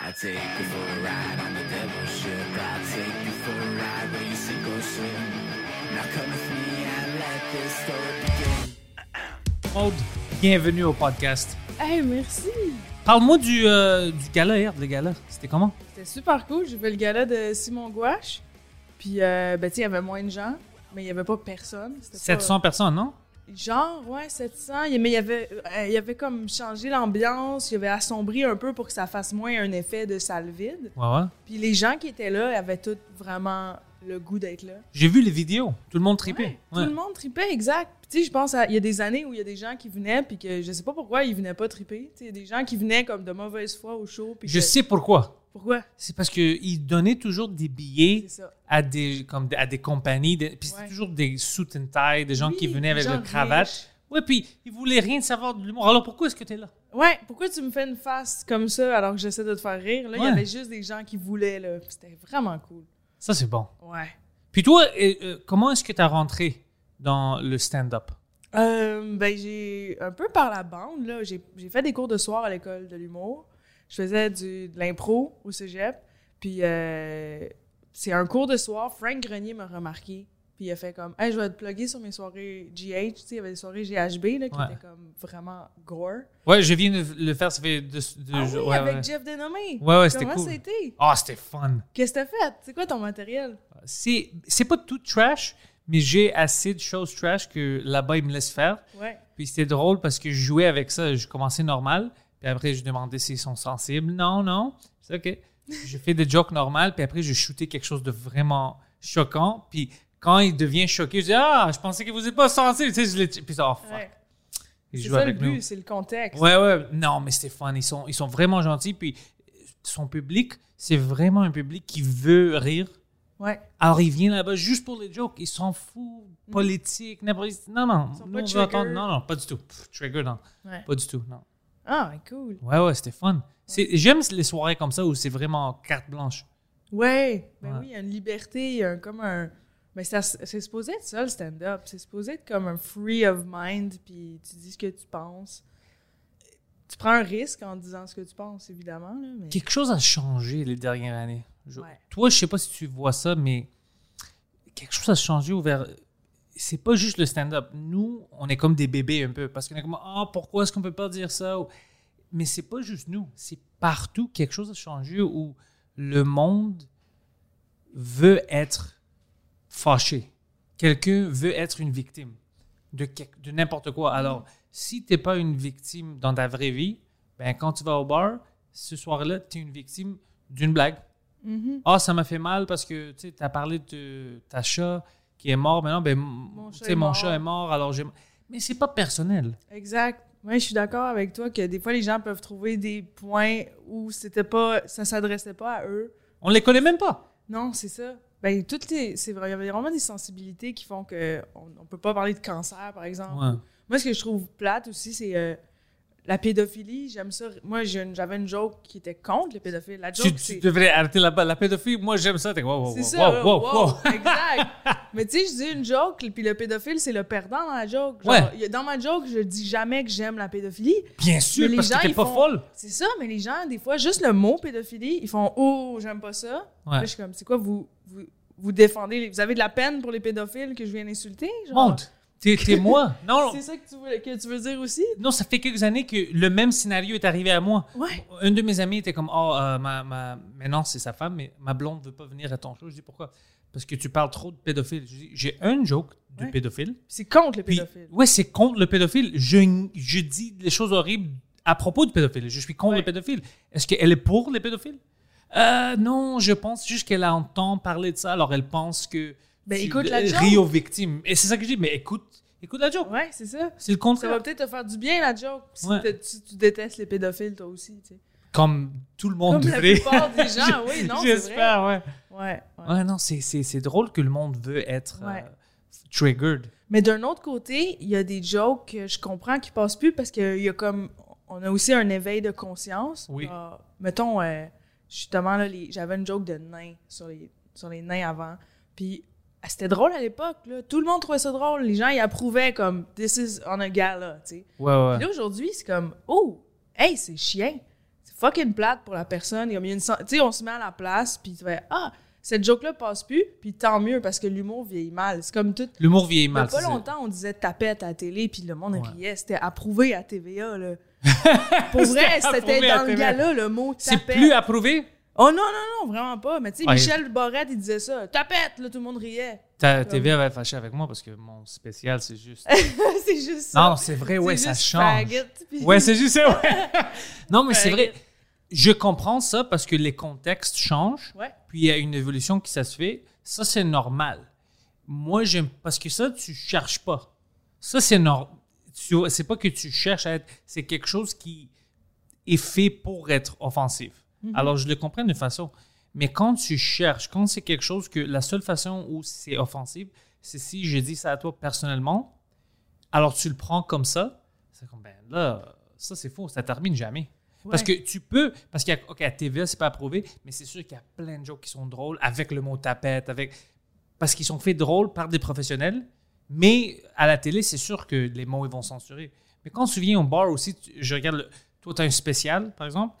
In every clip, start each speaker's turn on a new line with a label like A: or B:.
A: I take you for a ride on the devil's ship. I take you for a ride where you sink or swim. Now come with me and let this story begin.
B: Maud, bienvenue au podcast.
C: Hey, merci!
B: Parle-moi du, euh, du gala hier, le gala. C'était comment?
C: C'était super cool. J'ai fait le gala de Simon Gouache. Puis, euh, ben, tu sais, il y avait moins de gens, mais il n'y avait pas personne. C'était pas-
B: 700 personnes, non?
C: Genre, ouais, 700. Il- Mais il y avait, euh, il y avait comme changé l'ambiance, il y avait assombri un peu pour que ça fasse moins un effet de salle vide.
B: Ouais, ouais.
C: Puis les gens qui étaient là avaient tous vraiment le goût d'être là.
B: J'ai vu les vidéos. Tout le monde tripait.
C: Tout le monde tripait, exact. Puis, Tu sais, je pense à- il y a des années où il y a des gens qui venaient, puis que je sais pas pourquoi ils venaient pas triper. Tu sais, il y a des gens qui venaient comme de mauvaise foi au show. Puis
B: Je
C: que-
B: sais pourquoi.
C: Pourquoi?
B: C'est parce qu'ils donnaient toujours des
C: C'est
B: billets
C: ça.
B: à des, comme, des- à des compagnies. de- puis c'était
C: Ouais.
B: toujours des suit and tie, des gens qui
C: Oui,
B: venaient avec
C: des gens
B: leur cravate.
C: riches.
B: Ouais, puis ils voulaient rien savoir de l'humour. Alors pourquoi est-ce que tu es là?
C: Ouais, pourquoi tu me fais une face comme ça alors que j'essaie de te faire rire? Là, il
B: Ouais.
C: y avait juste des gens qui voulaient, là. puis C'était vraiment cool.
B: Ça, c'est bon.
C: Ouais.
B: Puis toi, euh, euh, comment est-ce que tu as rentré dans le stand-up?
C: Euh, ben, j'ai un peu par la bande, là. J'ai j'ai fait des cours de soir à l'école de l'humour. Je faisais du, de l'impro au cégep. Puis, euh, c'est un cours de soir. Frank Grenier m'a remarqué. Puis, il a fait comme, hey, je vais te plugger sur mes soirées GH. Tu sais, il y avait des soirées GHB, là, qui
B: Ouais.
C: étaient comme vraiment gore.
B: Ouais, je viens de le faire, ça fait deux, deux
C: Ah oui,
B: jours. Ouais,
C: avec
B: ouais.
C: Jeff Denomé.
B: Ouais, ouais, c'était
C: Comment
B: cool.
C: c'était?
B: Ah, c'était fun.
C: Qu'est-ce que t'as fait? C'est quoi ton matériel?
B: C'est c'est pas tout trash, mais j'ai assez de choses trash que là-bas, ils me laissent faire.
C: Ouais.
B: Puis c'était drôle parce que je jouais avec ça. Je commençais normal. Puis après, je demandais s'ils sont sensibles. Non, non. C'est OK. Je fais des jokes normales. Puis après, je shootais quelque chose de vraiment choquant. Puis quand il devient choqué, je dis Ah, je pensais que vous n'êtes pas sensible. Tu sais, je l'ai. Puis ça, oh, fuck.
C: Ouais.
B: Il
C: C'est
B: joue
C: ça le
B: avec nous.
C: but, c'est le contexte.
B: Ouais, ouais. Non, mais c'est fun. Ils sont, ils sont vraiment gentils. Puis son public, c'est vraiment un public qui veut rire.
C: Ouais.
B: Alors, il vient là-bas juste pour les jokes. Ils s'en foutent. Politique, n'importe Non, non.
C: Mm. sont
B: nous,
C: pas
B: on veut entendre-
C: trigger.
B: Non, non, pas du tout. Pff, trigger, non.
C: Ouais.
B: Pas du tout, non.
C: Ah, cool.
B: Ouais, ouais, c'était fun. C'est- J'aime les soirées comme ça où c'est vraiment carte blanche.
C: Ouais. Ben
B: Ouais.
C: oui, il y a une liberté, il y a un- comme un. Mais ça, c'est supposé être ça, le stand-up. C'est supposé être comme un free of mind, puis tu dis ce que tu penses. Tu prends un risque en disant ce que tu penses, évidemment. Là, mais...
B: Quelque chose a changé les dernières années. Je-
C: Ouais.
B: Toi, je sais pas si tu vois ça, mais quelque chose a changé ouvert. C'est pas juste le stand-up. Nous, on est comme des bébés un peu parce qu'on est comme ah pourquoi est-ce qu'on peut pas dire ça Ou- Mais c'est pas juste nous. C'est partout quelque chose a changé où le monde veut être fâché. Quelqu'un veut être une victime de, quelque- de n'importe quoi. Alors, si tu n'es pas une victime dans ta vraie vie, ben quand tu vas au bar, ce soir-là, tu es une victime d'une blague.
C: Mhm.
B: Ah, ça m'a fait mal parce que tu as parlé de ta chat qui est mort. Maintenant, ben, mon,
C: chat est
B: mon
C: mort.
B: chat est mort, alors j'ai. Mais c'est pas personnel.
C: Exact. Moi, je suis d'accord avec toi que des fois, les gens peuvent trouver des points où c'était pas, ça s'adressait pas à eux.
B: On les connaît même pas.
C: Non, c'est ça. Ben, toutes les, c'est vrai, il y avait vraiment des sensibilités qui font que on, on peut pas parler de cancer, par exemple.
B: Ouais.
C: Moi, ce que je trouve plate aussi, c'est euh, la pédophilie. J'aime ça. Moi, j'ai une- j'avais une joke qui était contre les pédophiles. La
B: Tu,
C: joke,
B: tu
C: c'est.
B: devrais arrêter la, la pédophilie. Moi, j'aime ça. T'es, wow, wow,
C: C'est
B: wow,
C: ça.
B: wow,
C: là,
B: wow,
C: wow,
B: wow.
C: exact. Mais tu sais, je dis une joke, puis le pédophile, c'est le perdant dans la joke.
B: Ouais.
C: il y a- Dans ma joke, je dis jamais que j'aime la pédophilie.
B: Bien
C: Mais
B: sûr,
C: les
B: parce
C: gens,
B: que t'es
C: ils
B: pas
C: font-
B: folle.
C: C'est ça, mais les gens, des fois, juste le mot pédophilie, ils font Oh, j'aime pas ça.
B: Ouais.
C: Là, je suis comme, c'est quoi, vous, vous, vous défendez, les- vous avez de la peine pour les pédophiles que je viens d'insulter? Genre,
B: Monte. T'es, t'es moi. Non,
C: C'est ça que tu, veux, que tu veux dire aussi?
B: non, ça fait quelques années que le même scénario est arrivé à moi.
C: Ouais.
B: Un de mes amis était comme Oh, euh, ma, ma- mais non, c'est sa femme, mais ma blonde veut pas venir à ton show. Je dis Pourquoi Parce que tu parles trop de pédophile. Je dis, J'ai un joke de
C: Ouais.
B: pédophile.
C: C'est contre les
B: Puis,
C: pédophiles.
B: ouais, c'est contre le pédophile. Je, je dis des choses horribles à propos du pédophile. Je suis contre
C: Ouais.
B: le pédophile. Est-ce qu'elle est pour les pédophiles Euh, Non, je pense juste qu'elle entend parler de ça. Alors elle pense que.
C: Ben,
B: tu
C: écoute la joke.
B: ris aux victimes. Et c'est ça que je dis. Mais écoute, écoute la joke.
C: Ouais, c'est ça.
B: C'est le
C: Ça
B: contraire.
C: va peut-être te faire du bien, la joke, si
B: Ouais.
C: t'es- tu, tu détestes les pédophiles, toi aussi. tu sais.
B: Comme tout le monde
C: Comme la
B: devrait.
C: plupart des gens, oui, non, c'est vrai.
B: J'espère, ouais.
C: Ouais, ouais.
B: Ouais, non, c'est- c'est c'est drôle que le monde veut être euh,
C: Ouais.
B: triggered.
C: Mais d'un autre côté, il y a des jokes que je comprends qui passent plus parce qu'il y a comme. On a aussi un éveil de conscience.
B: Oui.
C: Genre, mettons, euh, justement, là, les- j'avais une joke de nain sur les, sur les nains avant. Puis ah, c'était drôle à l'époque. là. Tout le monde trouvait ça drôle. Les gens, ils approuvaient comme This is on a gala. tu sais.
B: Ouais, ouais.
C: Puis là, aujourd'hui, c'est comme, oh, hey, c'est chien. C'est fucking plate pour la personne. Comme il y a une sen- Tu sais, on se met à la place, puis tu fais Ah, cette joke-là passe plus, puis tant mieux, parce que l'humour vieillit mal. C'est comme tout.
B: L'humour vieillit
C: Il y a
B: mal.
C: pas
B: c'est-
C: longtemps, on disait tapette à la télé, puis le monde
B: Ouais.
C: riait. C'était approuvé à TVA, là. Pour vrai,
B: C'était
C: c'était
B: approuvé à
C: dans le
B: TVA.
C: gala, le mot
B: C'est
C: tapette.
B: plus approuvé.
C: Oh non, non, non, vraiment pas. Mais tu sais,
B: Ouais.
C: Michel Borette, il disait ça. Tapette, là, tout le monde riait.
B: Ta TV va être fâchée avec moi parce que mon spécial, c'est juste.
C: c'est juste ça.
B: non, c'est vrai, ouais,
C: C'est
B: ça
C: juste
B: change.
C: faggot, puis-
B: Ouais, c'est juste ça, ouais. Non, mais c'est vrai.
C: Faggot.
B: Je comprends ça parce que les contextes changent.
C: Ouais.
B: Puis il y a une évolution qui ça se fait. Ça, c'est normal. Moi, j'aime. Parce que ça, tu cherches pas. Ça, c'est normal. C'est pas que tu cherches à être. C'est quelque chose qui est fait pour être offensif. Alors, je le comprends d'une façon. Mais quand tu cherches, quand c'est quelque chose que la seule façon où c'est offensif, c'est si je dis ça à toi personnellement, alors tu le prends comme ça, c'est comme, ben là, ça c'est faux, ça termine jamais. Parce que
C: Ouais.
B: tu peux, parce qu'à OK, à TVA, c'est pas approuvé, mais c'est sûr qu'il y a plein de jokes qui sont drôles avec le mot tapette, avec parce qu'ils sont faits drôles par des professionnels, mais à la télé, c'est sûr que les mots, ils vont censurer. Mais quand tu viens au bar aussi, tu- je regarde, le- toi, tu as un spécial, par exemple,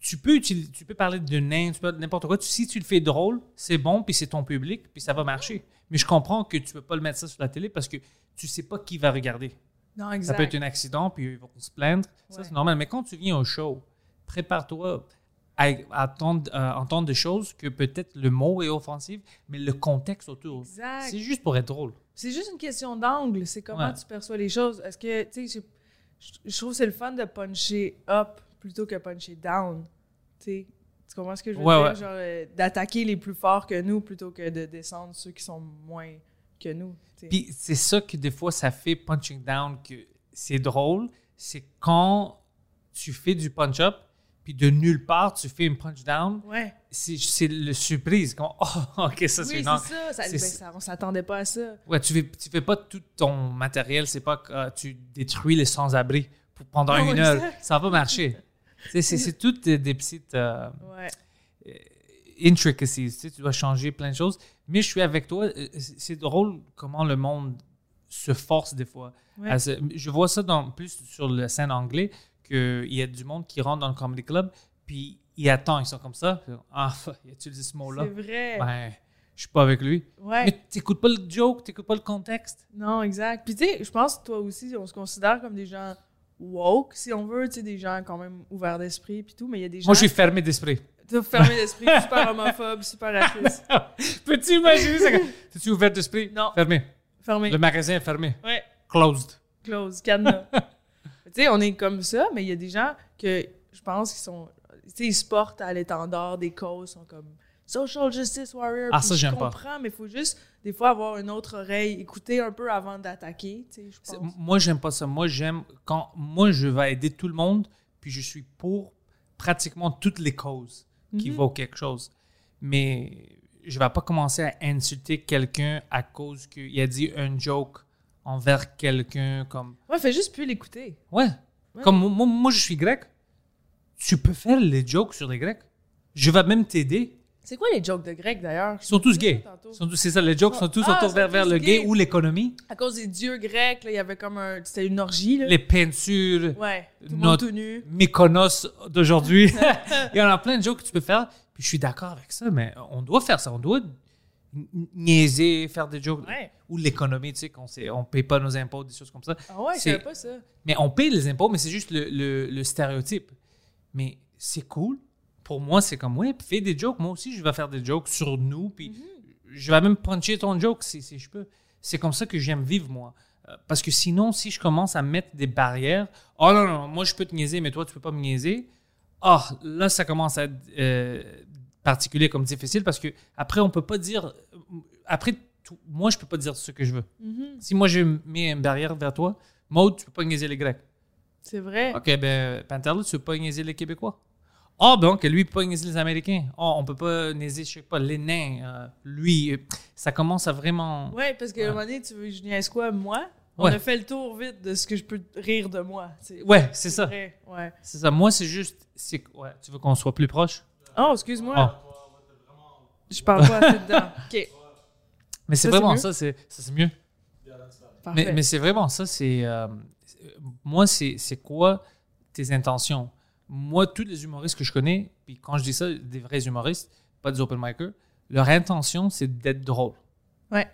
B: tu peux, utili- tu peux parler de nain, tu peux n'importe quoi. Tu- si tu le fais drôle, c'est bon, puis c'est ton public, puis ça va marcher. Mais je comprends que tu peux pas le mettre ça sur la télé parce que tu sais pas qui va regarder.
C: Non,
B: Ça
C: exact.
B: peut être un accident, puis ils vont se plaindre. Ça,
C: Ouais.
B: c'est normal. Mais quand tu viens au show, prépare-toi à, à attendre, à entendre des choses que peut-être le mot est offensif, mais le contexte autour.
C: Exact.
B: C'est juste pour être drôle.
C: C'est juste une question d'angle. C'est comment
B: Ouais.
C: tu perçois les choses. Est-ce que, tu sais, je, je trouve que c'est le fun de puncher up plutôt que puncher down. Tu sais, tu comprends ce que je veux
B: Ouais,
C: dire?
B: ouais.
C: Genre, euh, d'attaquer les plus forts que nous plutôt que de descendre ceux qui sont moins que nous. tu sais.
B: Puis c'est ça que des fois ça fait punching down que c'est drôle, c'est quand tu fais du punch up puis de nulle part tu fais une punch down,
C: ouais.
B: c'est c'est le surprise comme oh ok ça c'est
C: oui, c'est
B: une-
C: ça. ça,
B: c'est-
C: ben, ça- On s'attendait pas à ça.
B: Ouais, tu fais tu fais pas tout ton matériel, c'est pas que euh, tu détruis les sans-abri pour- pendant
C: Non,
B: une heure,
C: exact.
B: ça va pas marcher. c'est c'est- c'est toutes des, des petites euh,
C: Ouais.
B: euh, intricacies. Tu, sais, tu dois changer plein de choses. Mais je suis avec toi. euh, c'est- C'est drôle comment le monde se force des fois.
C: Ouais.
B: à se- je vois ça dans, plus sur la scène anglaise qu'il y a du monde qui rentre dans le comedy club puis ils attendent. Ils sont comme ça. Ah, il a utilisé ce mot-là.
C: C'est vrai.
B: Ben, je suis pas avec lui.
C: Ouais.
B: Mais t'écoutes pas le joke, t'écoutes pas le contexte.
C: Non, exact. Puis tu sais, je pense que toi aussi, on se considère comme des gens woke, si on veut, tu sais, des gens quand même ouverts d'esprit puis tout, mais il y a des gens...
B: Moi, je suis fermé d'esprit.
C: T'as fermé l'esprit, super homophobe, super raciste.
B: Peux-tu imaginer ça? T'es-tu ouvert d'esprit?
C: Non.
B: Fermé.
C: Fermé.
B: Le magasin est fermé.
C: Ouais.
B: Closed.
C: Close, cadenas. tu sais, on est comme ça, mais il y a des gens que je pense qu'ils sont. Tu sais, ils se portent à l'étendard des causes, sont comme social justice warrior.
B: Ah,
C: puis
B: ça,
C: je
B: j'aime pas.
C: comprends, mais il faut juste, des fois, avoir une autre oreille, écouter un peu avant d'attaquer, tu sais, je
B: C'est-
C: pense.
B: Moi, j'aime pas ça. Moi, j'aime quand moi, je vais aider tout le monde, puis je suis pour pratiquement toutes les causes qui
C: Mhm.
B: vaut quelque chose. Mais je vais pas commencer à insulter quelqu'un à cause qu'il a dit un joke envers quelqu'un comme.
C: Ouais, fais juste plus l'écouter.
B: Ouais.
C: Ouais.
B: Comme moi, moi, je suis grec. Tu peux faire les jokes sur les grecs. Je vais même t'aider.
C: C'est quoi les jokes de grec, d'ailleurs?
B: Ils sont tous gays.
C: Tantôt.
B: Ils sont tous- C'est ça, les jokes sont tous
C: Ah,
B: autour
C: ils sont
B: vers, vers
C: tous
B: le gay
C: gays.
B: ou l'économie.
C: À cause des dieux grecs, là, il y avait comme un. C'était une orgie, là.
B: Les peintures,
C: Ouais, tout le monde
B: Notre-
C: tout nu.
B: Mykonos d'aujourd'hui. Il y en a plein de jokes que tu peux faire. Puis je suis d'accord avec ça, mais on doit faire ça. On doit n- niaiser, faire des jokes.
C: Ouais.
B: Ou l'économie, tu sais, qu'on sait- on paye pas nos impôts, des choses comme ça.
C: Ah ouais, je
B: C'est-
C: savais pas ça.
B: Mais on paye les impôts, mais c'est juste le, le- le stéréotype. Mais c'est cool. Pour moi, c'est comme, ouais, fais des jokes. Moi aussi, je vais faire des jokes sur nous. Puis je vais même puncher ton joke si, si je peux. C'est comme ça que j'aime vivre, moi. Euh, Parce que sinon, si je commence à mettre des barrières, oh non, non, moi je peux te niaiser, mais toi tu peux pas me niaiser. Ah, là ça commence à être euh, particulier comme difficile parce que après on peut pas dire. Après, tout- moi je peux pas dire ce que je veux.
C: Mhm.
B: Si moi je mets une barrière vers toi, Maud, tu peux pas niaiser les Grecs.
C: C'est vrai.
B: OK, ben, Pantarlo, tu peux pas niaiser les Québécois. Ah, ben, OK, lui, il peut pas niaiser les Américains. Ah, on peut pas niaiser, je sais pas, les nains. euh, lui, euh, ça commence à vraiment.
C: Ouais, parce qu'à
B: Ouais.
C: un moment donné, tu veux que je niaise quoi, moi? On
B: Ouais.
C: a fait le tour vite de ce que je peux rire de moi. tu sais.
B: Ouais, c'est ça.
C: Vrai, Ouais.
B: C'est ça. Moi, c'est juste. c'est- Ouais, tu veux qu'on soit plus proche?
C: Oh, excuse-moi.
B: Ah.
C: Je parle pas assez dedans. OK,
B: Mais c'est
C: Ça, c'est
B: vraiment
C: mieux.
B: ça, c'est ça, c'est mieux.
C: parfait.
B: Mais, mais c'est vraiment ça, c'est. euh, c'est- moi, c'est c'est quoi tes intentions? moi, tous les humoristes que je connais, puis quand je dis ça, des vrais humoristes, pas des open micers, leur intention, c'est d'être drôle.
C: Ouais.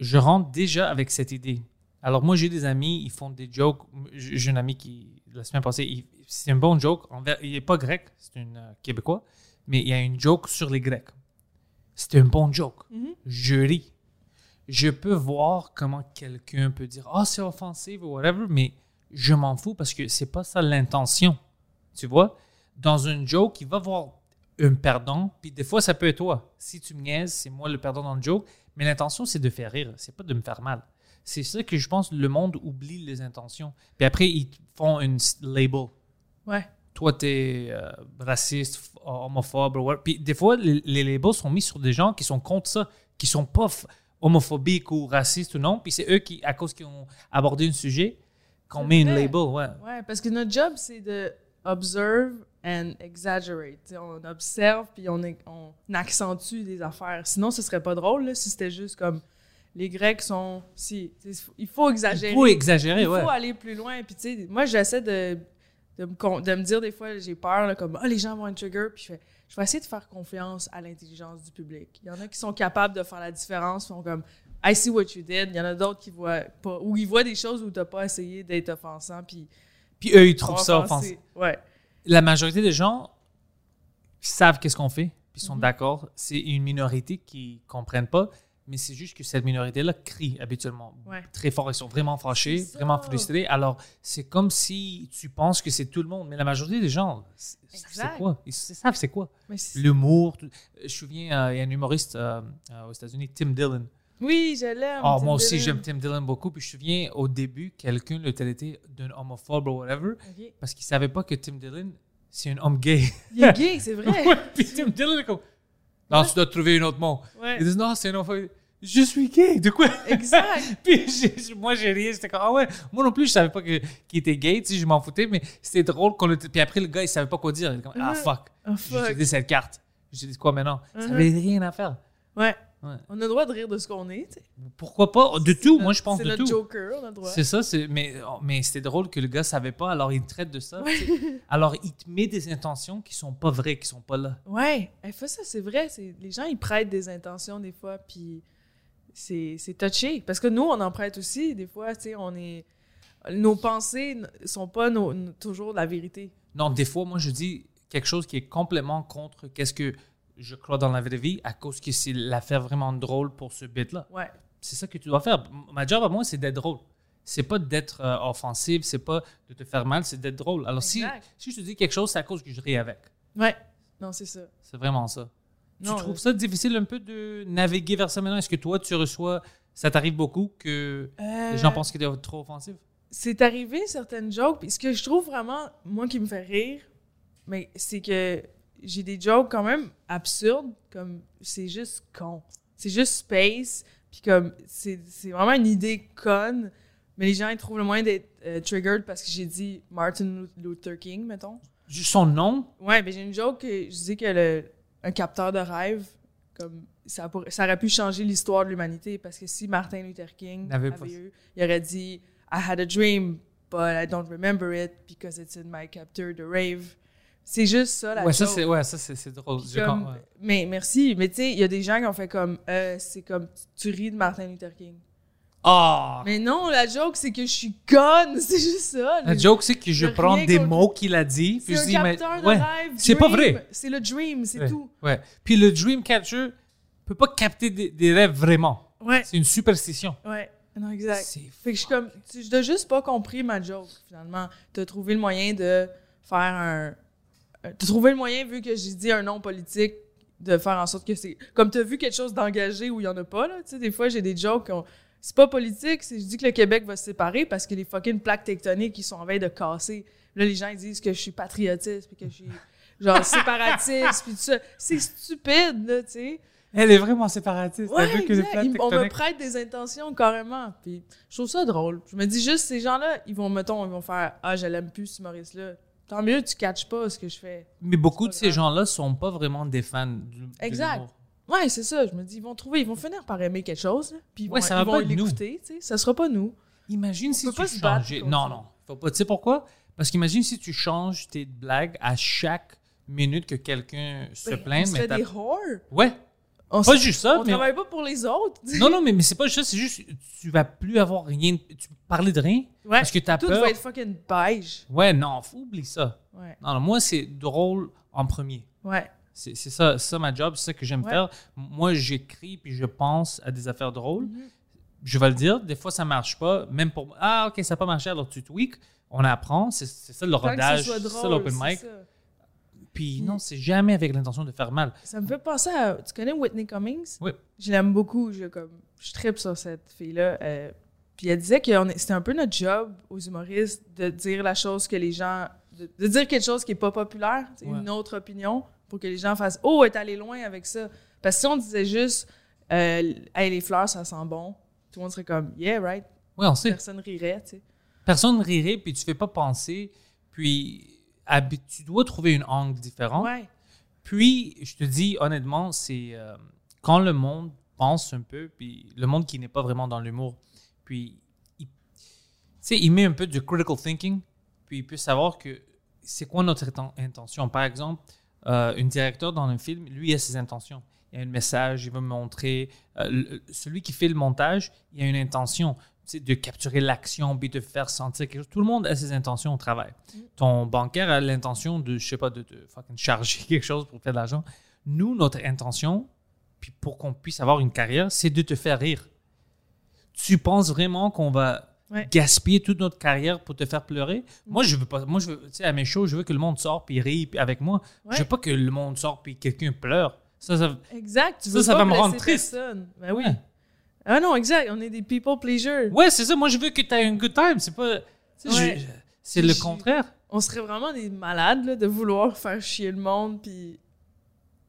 B: Je rentre déjà avec cette idée. Alors, moi, j'ai des amis, ils font des jokes. J'ai j'ai un ami qui, la semaine passée, il- c'est un bon joke. envers- il n'est pas grec, c'est un euh, Québécois, mais il y a une joke sur les Grecs. C'est un bon joke.
C: Mhm.
B: Je ris. Je peux voir comment quelqu'un peut dire Ah, c'est offensif ou whatever, mais je m'en fous parce que c'est pas ça l'intention. Tu vois, dans une joke, il va voir un perdant, puis des fois, ça peut être toi. Si tu me niaises, c'est moi le perdant dans le joke, mais l'intention, c'est de faire rire, c'est pas de me faire mal. C'est ça que je pense, le monde oublie les intentions. Puis après, ils te font une s- label.
C: Ouais.
B: Toi, t'es euh, raciste, f- homophobe, ou what- puis des fois, les, les labels sont mis sur des gens qui sont contre ça, qui sont pas f- homophobiques ou racistes ou non, puis c'est eux qui, à cause qu'ils ont abordé un sujet, qu'on
C: C'est
B: met une
C: vrai.
B: label, ouais.
C: Ouais, parce que notre job, c'est de observe and exaggerate. T'sais, on observe puis on, est- on accentue des affaires. Sinon, ce serait pas drôle là, si c'était juste comme les Grecs sont. Si, t'sais, il faut exagérer.
B: Il faut exagérer,
C: Il
B: Eh ouais.
C: faut aller plus loin. Puis, tu sais, moi, j'essaie de, de, me, con- de me dire des fois, j'ai peur, là, comme, ah, les gens vont être trigger. Puis, je fais, je vais essayer de faire confiance à l'intelligence du public. Il y en a qui sont capables de faire la différence, font comme, I see what you did. Il y en a d'autres qui voient pas, ou ils voient des choses où t'as pas essayé d'être offensant. Puis,
B: Puis eux, ils
C: ils
B: trouvent
C: sont
B: ça
C: offensés.
B: offensif.
C: Ouais.
B: la majorité des gens savent qu'est-ce qu'on fait, puis sont
C: Mhm.
B: d'accord. C'est une minorité qui comprennent pas, mais c'est juste que cette minorité-là crie habituellement
C: Ouais.
B: très fort. Ils sont vraiment fâchés,
C: C'est ça.
B: vraiment frustrés. Alors, c'est comme si tu penses que c'est tout le monde, mais la majorité des gens, c'est- c'est
C: Exact.
B: quoi? Ils savent c'est quoi?
C: Mais c'est-
B: L'humour. tout- Je me souviens, euh, il y a un humoriste euh, euh, aux États-Unis, Tim Dillon.
C: Oui, je l'aime.
B: Ah,
C: Tim
B: moi aussi,
C: Dillon.
B: j'aime Tim Dillon beaucoup. Puis je me souviens, au début, quelqu'un le traitait d'un homophobe ou whatever,
C: Ok.
B: parce qu'il savait pas que Tim Dillon, c'est un homme gay.
C: Il est gay, c'est vrai.
B: Ouais, puis Tim Dillon est comme Non,
C: Ouais.
B: tu dois trouver un autre mot.
C: Ouais.
B: Ils disent Non, c'est un enfant. Je suis gay, de quoi
C: Exact.
B: Puis j'ai- moi, j'ai ri, j'étais comme Ah ouais, moi non plus, je savais pas que- qu'il était gay, tu sais, je m'en foutais, mais c'était drôle qu'on le. Puis après, le gars, il savait pas quoi dire. Il était comme Ah
C: Mhm.
B: fuck,
C: Oh,
B: j'ai
C: fuck.
B: utilisé cette carte. J'ai dit quoi maintenant Ça
C: Mhm.
B: avait rien à faire.
C: Ouais.
B: Ouais.
C: On a le droit de rire de ce qu'on est. tu sais.
B: Pourquoi pas De
C: C'est
B: tout,
C: notre-
B: moi, je pense
C: C'est
B: de
C: notre
B: tout.
C: Joker, on a le droit.
B: C'est ça, c'est- mais, oh, mais c'était drôle que le gars savait pas, alors il te traite de ça. tu sais. Alors il te met des intentions qui sont pas vraies, qui sont pas là.
C: Ouais, elle fait ça, c'est vrai. c'est- Les gens, ils prêtent des intentions des fois, puis c'est c'est touché. Parce que nous, on en prête aussi. Des fois, tu sais, on est. Nos pensées n- sont pas nos- n- toujours la vérité.
B: Non, des fois, moi, je dis quelque chose qui est complètement contre qu'est-ce que je crois dans la vraie vie à cause que c'est l'affaire vraiment drôle pour ce bit-là.
C: Ouais.
B: C'est ça que tu dois faire. M- Ma job à moi, c'est d'être drôle. C'est pas d'être euh, offensif, c'est pas de te faire mal, c'est d'être drôle. Alors, si,
C: Exact.
B: si je te dis quelque chose, c'est à cause que je ris avec.
C: Ouais. Non, c'est ça.
B: C'est vraiment ça.
C: Non,
B: tu trouves
C: euh,
B: ça difficile un peu de naviguer vers ça maintenant? Est-ce que toi, tu reçois, ça t'arrive beaucoup que les gens
C: euh,
B: pensent que tu es trop offensif?
C: c'est arrivé certaines jokes. Puis ce que je trouve vraiment, moi, qui me fait rire, mais c'est que j'ai des jokes quand même absurdes, comme c'est juste con. C'est juste space, puis comme c'est c'est vraiment une idée conne, mais les gens ils trouvent le moyen d'être euh, triggered parce que j'ai dit Martin Luther King, mettons.
B: Juste Son nom,
C: Ouais, mais j'ai une joke que je dis que le, un capteur de rêve, comme ça, pourrait- ça aurait pu changer l'histoire de l'humanité parce que si Martin Luther King
B: N'avait
C: avait
B: pas-
C: eu, il aurait dit I had a dream, but I don't remember it because it's in my capture de rave. C'est juste ça la
B: ouais, ça,
C: joke.
B: c'est ouais, ça, c'est- c'est drôle.
C: Puis
B: Je
C: comme-
B: comprends, ouais.
C: Mais merci, mais tu sais, il y a des gens qui ont fait comme Euh, c'est comme tu ris de Martin Luther King.
B: Ah!
C: Mais non, la joke c'est que je suis conne, c'est juste ça.
B: La
C: Les-
B: joke, c'est que je
C: y a
B: prends
C: rien
B: des
C: contre-
B: mots qu'il a dit, puis
C: c'est
B: je
C: un
B: dis, mais.
C: capteur de
B: ouais,
C: rêve.
B: c'est pas
C: dream.
B: vrai.
C: C'est le dream, c'est
B: ouais,
C: tout.
B: ouais. Puis le Dream Catcher peut pas capter des, des rêves vraiment.
C: Ouais.
B: C'est une superstition.
C: Ouais, non, exact.
B: C'est
C: Fait que je suis comme, tu n'as juste pas compris ma joke, finalement. Tu as trouvé le moyen de faire un. Tu as trouvé le moyen, vu que j'ai dit un nom politique, de faire en sorte que c'est. Comme tu as vu quelque chose d'engagé où il n'y en a pas, là. Tu sais, des fois, j'ai des jokes qui ont- C'est pas politique, c'est je dis que le Québec va se séparer parce que les fucking plaques tectoniques, qui sont en veille de casser. Là, les gens, ils disent que je suis patriotiste, puis que je suis. Genre séparatiste, puis tout ça. C'est stupide, là, tu sais.
B: Elle est vraiment séparatiste.
C: Ouais,
B: elle veut que les
C: exact.
B: plaques
C: Ils- on me
B: tectoniques-
C: prête des intentions carrément. Puis je trouve ça drôle. Je me dis juste, ces gens-là, ils vont, mettons, ils vont faire Ah, je l'aime plus, ce Maurice-là. Tant mieux, tu catches pas ce que je fais.
B: Mais beaucoup de
C: pas
B: ces
C: grave.
B: gens-là sont pas vraiment des fans du. de
C: Exact.
B: l'humour.
C: Ouais, c'est ça. Je me dis, ils vont trouver, ils vont finir par aimer quelque chose. là. Puis ils
B: Ouais,
C: vont,
B: ça va
C: ils
B: pas
C: vont
B: être nous.
C: l'écouter. tu sais. Ça sera pas nous.
B: Imagine si
C: peut
B: tu
C: pas se battre
B: changeais.
C: contre
B: Non,
C: ça.
B: non. Faut pas. Tu sais pourquoi? Parce qu'imagine si tu changes tes blagues à chaque minute que quelqu'un se
C: Ben,
B: plaint.
C: on se
B: mais
C: fait
B: t'as-
C: des whores.
B: Ouais,
C: On
B: pas
C: se-
B: juste ça.
C: On
B: mais...
C: travaille pas pour les autres.
B: Non, non, mais, mais c'est pas juste ça. C'est juste tu vas plus avoir rien. Tu peux parler de rien
C: Ouais.
B: parce que t'as
C: Tout
B: peur.
C: va être fucking beige.
B: Ouais, non, faut- oublie ça.
C: Ouais.
B: Non, non, moi, c'est drôle en premier.
C: Ouais.
B: C'est c'est ça, c'est ça ma job, c'est ça que j'aime
C: Ouais.
B: faire. M- Moi, j'écris puis je pense à des affaires drôles.
C: Mhm.
B: Je vais le dire, des fois, ça marche pas. Même pour moi, ah, OK, ça n'a pas marché, alors tu tweaks. On apprend. C'est c'est ça le
C: Tant que ce
B: rodage,
C: soit
B: c'est ça
C: drôle,
B: l'open
C: c'est
B: mic.
C: ça. Mhm.
B: Puis non, c'est jamais avec l'intention de faire mal.
C: Ça me fait penser à. Tu connais Whitney Cummings?
B: Oui.
C: Je l'aime beaucoup. Je, comme, je tripe sur cette fille-là. euh, puis elle disait que on est- c'était un peu notre job aux humoristes de dire la chose que les gens. de, de dire quelque chose qui n'est pas populaire, c'est
B: Ouais.
C: une autre opinion, pour que les gens fassent Oh, elle est allée loin avec ça. Parce que si on disait juste euh, Hey, les fleurs, ça sent bon, tout le monde serait comme Yeah, right?
B: Ouais, on sait.
C: Personne rirait, tu sais.
B: Personne rirait, puis tu fais pas penser. Puis habi- tu dois trouver une angle différente.
C: Ouais.
B: Puis, je te dis honnêtement, c'est euh, quand le monde pense un peu, puis le monde qui n'est pas vraiment dans l'humour, puis il, tu sais, il met un peu du critical thinking, puis il peut savoir que c'est quoi notre inten- intention. Par exemple, euh, un directeur dans un film, lui, il a ses intentions. Il a un message, il veut montrer. euh, le- celui qui fait le montage, il a une intention tu sais, de capturer l'action, puis de faire sentir quelque chose. Tout le monde a ses intentions au travail
C: Mm.
B: ton bancaire a l'intention de, je sais pas, de te fucking charger quelque chose pour faire de l'argent. Nous, notre intention, puis pour qu'on puisse avoir une carrière, c'est de te faire rire. Tu penses vraiment qu'on va
C: Ouais. Mm.
B: gaspiller toute notre carrière pour te faire pleurer Moi, je veux pas. Moi, je veux, tu sais, à mes shows, je veux que le monde sorte puis rit puis avec moi.
C: Ouais.
B: Je veux pas que le monde sorte puis quelqu'un pleure. Ça, ça.
C: Exact. Tu
B: Ça,
C: veux
B: ça
C: pas
B: va me
C: blesser
B: rendre triste.
C: personne. Ben oui.
B: Ouais.
C: Ah non, exact. On est des people pleasure.
B: Ouais, c'est ça. Moi, je veux que tu aies un good time. C'est pas. tu sais, je-
C: Ouais.
B: C'est le
C: Je-
B: contraire.
C: on serait vraiment des malades là, de vouloir faire chier le monde puis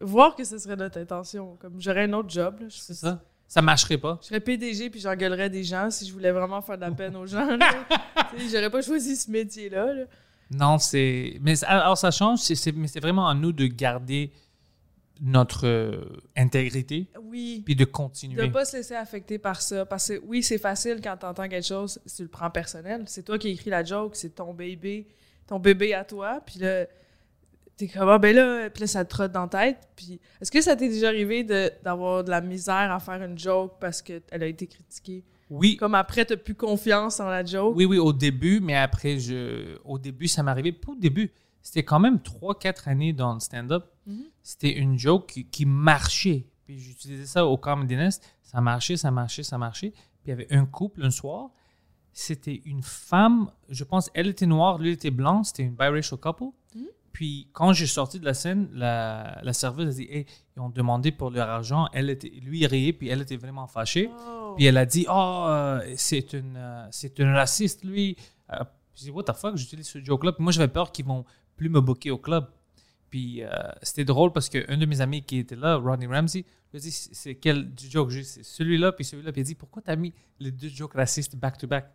C: voir que ce serait notre intention. Comme j'aurais un autre job, là, je,
B: C'est ça. Ça marcherait pas.
C: je serais PDG puis j'engueulerais des gens si je voulais vraiment faire de la peine aux gens. là. Tu sais, j'aurais pas choisi ce métier-là. là.
B: Non, c'est. Mais ça- alors, ça change, c'est- c'est- mais c'est vraiment à nous de garder notre euh, intégrité
C: Oui,
B: puis de
C: de
B: continuer.
C: pas se laisser affecter par ça parce que oui, c'est facile quand t'entends quelque chose, si tu le prends personnel. C'est toi qui écris la joke, c'est ton bébé, ton bébé à toi, puis là t'es comme ah ben là, puis là ça te trotte dans la tête. Puis est-ce que ça t'est déjà arrivé de- d'avoir de la misère à faire une joke parce que elle a été critiquée
B: Oui,
C: Comme après t'as plus confiance en la joke.
B: oui, oui, au début, mais après, je... au début, ça m'arrivait. Pas au début, c'était quand même 3-4 années dans le stand-up.
C: Mhm.
B: C'était une joke qui, qui marchait. Puis j'utilisais ça au Comedy Nest. Ça marchait, ça marchait, ça marchait. Puis il y avait un couple un soir. C'était une femme, je pense, elle était noire, lui était blanc. C'était une biracial couple. Puis quand j'ai sorti de la scène, la, la serveuse a dit Hey, ils ont demandé pour leur argent. Elle était, lui il riait, puis elle était vraiment fâchée.
C: Oh.
B: Puis elle a dit Oh, euh, c'est une, euh, c'est un raciste, lui. Euh, j'ai dit What the fuck, j'utilise ce joke-là. Puis moi, j'avais peur qu'ils vont plus me booker au club. Puis euh, c'était drôle parce qu'un de mes amis qui était là, Ronnie Ramsey, lui a dit C'est c'est quel joke J'ai dit, C'est celui-là, puis celui-là. Puis il a dit Pourquoi t'as mis les deux jokes racistes back-to-back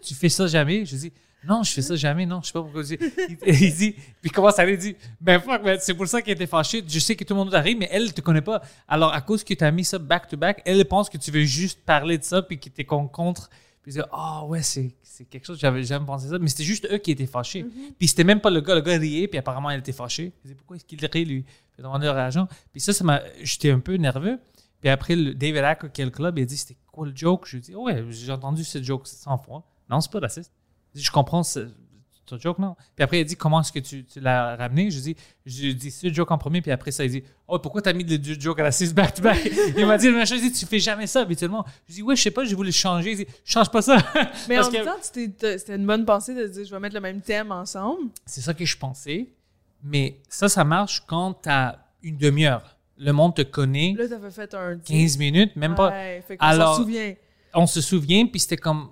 B: Tu fais ça jamais Je dis non, je fais ça jamais, non, je sais pas pourquoi. je dis. Il, il dit, puis il commence à aller, il dit, ben fuck, ben, c'est pour ça qu'elle était fâchée. Je sais que tout le monde arrive, mais elle te connaît pas. Alors, à cause que tu as mis ça back-to-back, elle pense que tu veux juste parler de ça, puis que t'es con- contre. Puis il dit, ah ouais, c'est c'est quelque chose, j'avais jamais pensé ça. Mais c'était juste eux qui étaient fâchés. Puis c'était même pas le gars, le gars riait, puis apparemment elle était fâchée. Il dit, pourquoi est-ce qu'il rit, lui Puis demandé leur agent. Puis ça, ça m'a, j'étais un peu nerveux. Puis après, le David Acker, qui est le club, il a dit, c'était quoi le joke Je lui ai dit, ouais, j'ai entendu ce joke 100 fois. Non, c'est pas raciste. Il dit, je comprends ce- ton joke, non. Puis après, il dit, comment est-ce que tu, tu l'as ramené? Je dis, je dis ce joke en premier, puis après ça, il dit, oh, pourquoi t'as mis les deux jokes à la 6 back-to-back? il m'a dit, le machin, il dit, tu fais jamais ça habituellement. Je dis, ouais, je sais pas, je voulais changer. Il dit, change pas ça.
C: Mais
B: parce
C: en
B: que-
C: même temps, tu t'es- t'as- c'était une bonne pensée de dire je vais mettre le même thème ensemble.
B: C'est ça que je pensais. Mais ça, ça marche quand t'as une demi-heure. Le monde te connaît
C: Là t'avais fait un
B: 15 minutes, même pas.
C: Ouais, fait qu'on
B: Alors-
C: s'en souvient.
B: on se souvient, puis c'était comme.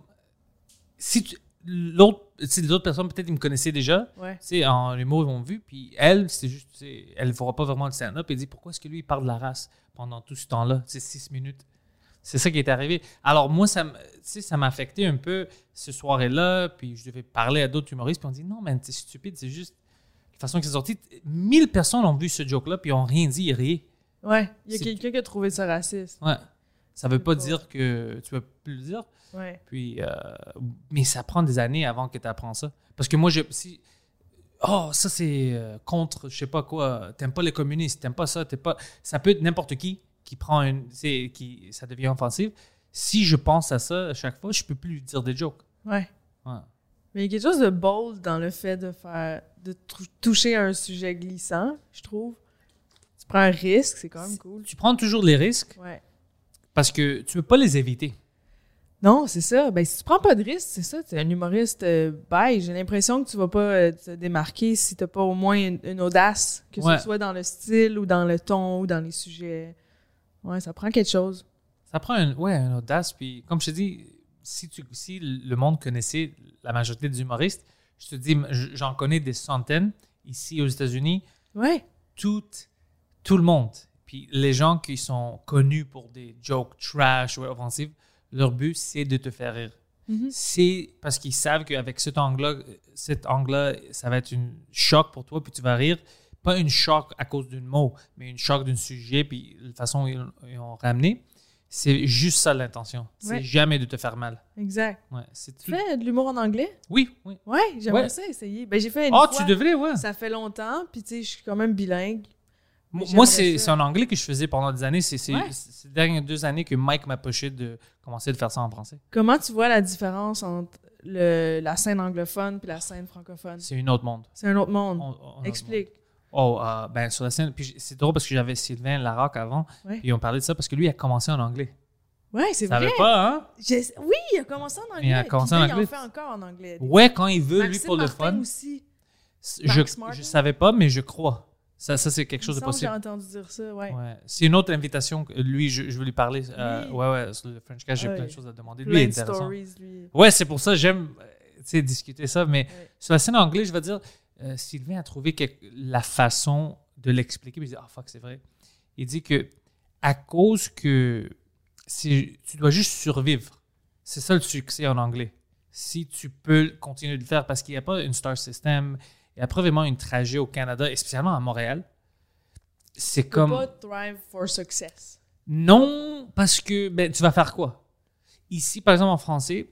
B: Si tu- l'autre, si les autres personnes, peut-être, ils me connaissaient déjà.
C: Ouais.
B: Tu sais, en les mots, ils m'ont vu. Puis elle, c'est juste, tu sais, elle ne voit pas vraiment le stand-up. Elle dit pourquoi est-ce que lui, il parle de la race pendant tout ce temps-là, c'est six minutes. C'est ça qui est arrivé. Alors, moi, ça, me- tu sais, ça m'a affecté un peu ce soirée-là. Puis je devais parler à d'autres humoristes. Puis on dit non, mais c'est stupide, c'est juste. La façon que c'est sorti, 1000 personnes ont vu ce joke-là, puis ils n'ont rien dit, ils riaient.
C: Ouais, il y a
B: C'est-
C: quelqu'un qui a trouvé ça raciste.
B: Ouais. Ça veut
C: C'est
B: pas
C: pas-
B: dire que tu vas plus le dire.
C: Ouais.
B: Puis, euh, mais ça prend des années avant que tu apprends ça. Parce que moi, je, si. Oh, ça, c'est euh, contre, je sais pas quoi. T'aimes pas les communistes, t'aimes pas ça, t'aimes pas. Ça peut être n'importe qui qui prend une. c'est- qui, ça devient offensif. Si je pense à ça à chaque fois, je peux plus dire des jokes.
C: Ouais.
B: Ouais.
C: Mais il y a quelque chose de bold dans le fait de faire de tou- toucher à un sujet glissant, je trouve. Tu prends un risque, c'est quand même cool.
B: Tu prends toujours les risques
C: Ouais.
B: parce que tu veux pas les éviter.
C: Non, c'est ça. Ben, si tu prends pas de risque, c'est ça. Tu es un humoriste euh, bye. J'ai l'impression que tu vas pas euh, te démarquer si t'as pas au moins une, une audace, que
B: Ouais.
C: ce soit dans le style ou dans le ton ou dans les sujets. Ouais, ça prend quelque chose.
B: Ça prend une, ouais, une audace. Puis, comme je te dis, si, tu, si le monde connaissait la majorité des humoristes, je te dis, m- j'en connais des centaines ici aux États-Unis.
C: Ouais.
B: tout, tout le monde. Puis les gens qui sont connus pour des jokes trash ou offensives, leur but, c'est de te faire rire.
C: Mhm.
B: C'est parce qu'ils savent qu'avec cet angle-là, cet angle ça va être une choc pour toi, puis tu vas rire. Pas une choc à cause d'une mot, mais une choc d'un sujet, puis la façon dont ils- ils ont ramené. C'est juste ça l'intention. C'est
C: Ouais.
B: jamais de te faire mal.
C: Exact.
B: Ouais, c'est
C: Tu
B: tout.
C: fais de l'humour en anglais?
B: Oui, oui.
C: Ouais, j'aimerais
B: Ouais.
C: ça essayer. Ben, j'ai fait une
B: Oh,
C: fois.
B: tu devrais, ouais.
C: Ça fait longtemps, puis tu sais, je suis quand même bilingue.
B: Moi,
C: J'aimerais
B: moi, c'est
C: ça.
B: c'est en anglais que je faisais pendant des années. C'est c'est-
C: Ouais.
B: c'est ces dernières deux années que Mike m'a poché de commencer de faire ça en français.
C: Comment tu vois la différence entre le, la scène anglophone puis la scène francophone?
B: C'est un autre monde.
C: C'est un autre monde.
B: On- on- on-
C: Explique.
B: Oh, euh, ben sur la scène. Puis j- c'est drôle parce que j'avais Sylvain Larocque avant.
C: Ouais.
B: Et on parlait de ça parce que lui, il a commencé en anglais.
C: Ouais, c'est
B: Ça
C: vrai.
B: veut pas, hein?
C: Je- Oui, il a commencé en anglais.
B: Il a commencé
C: puis
B: en
C: là,
B: anglais.
C: Il en fait encore en anglais.
B: Ouais, quand il veut,
C: Maxime
B: lui, pour le
C: Martin
B: fun.
C: aussi.
B: Je,
C: Max Martin.
B: je savais pas, mais je crois. Ça, ça c'est quelque chose de
C: Il me semble que J'ai
B: possible.
C: entendu dire ça, ouais.
B: Ouais. C'est une autre invitation. que- Lui, je, je veux lui parler. euh,
C: Oui. Ah
B: ouais, ouais, sur le French Cast, j'ai
C: Ouais.
B: plein de choses à demander. Lui, il est
C: Plein de
B: intéressant.
C: stories, lui.
B: Ouais, c'est pour ça que j'aime euh, tu sais, discuter ça. Mais
C: Ouais.
B: sur la scène anglaise, je vais dire, euh, Sylvain a trouvé quelque- la façon de l'expliquer. puis Il dit, ah fuck, c'est vrai. Il dit que à cause que c'est- tu dois juste survivre, c'est ça le succès en anglais. Si tu peux continuer de le faire, parce qu'il n'y a pas une star system, il n'y a pas vraiment une trajet au Canada, et spécialement à Montréal. C'est
C: Tu peux
B: comme.
C: pas thrive for success.
B: Non, parce que ben, tu vas faire quoi? Ici, par exemple, en français,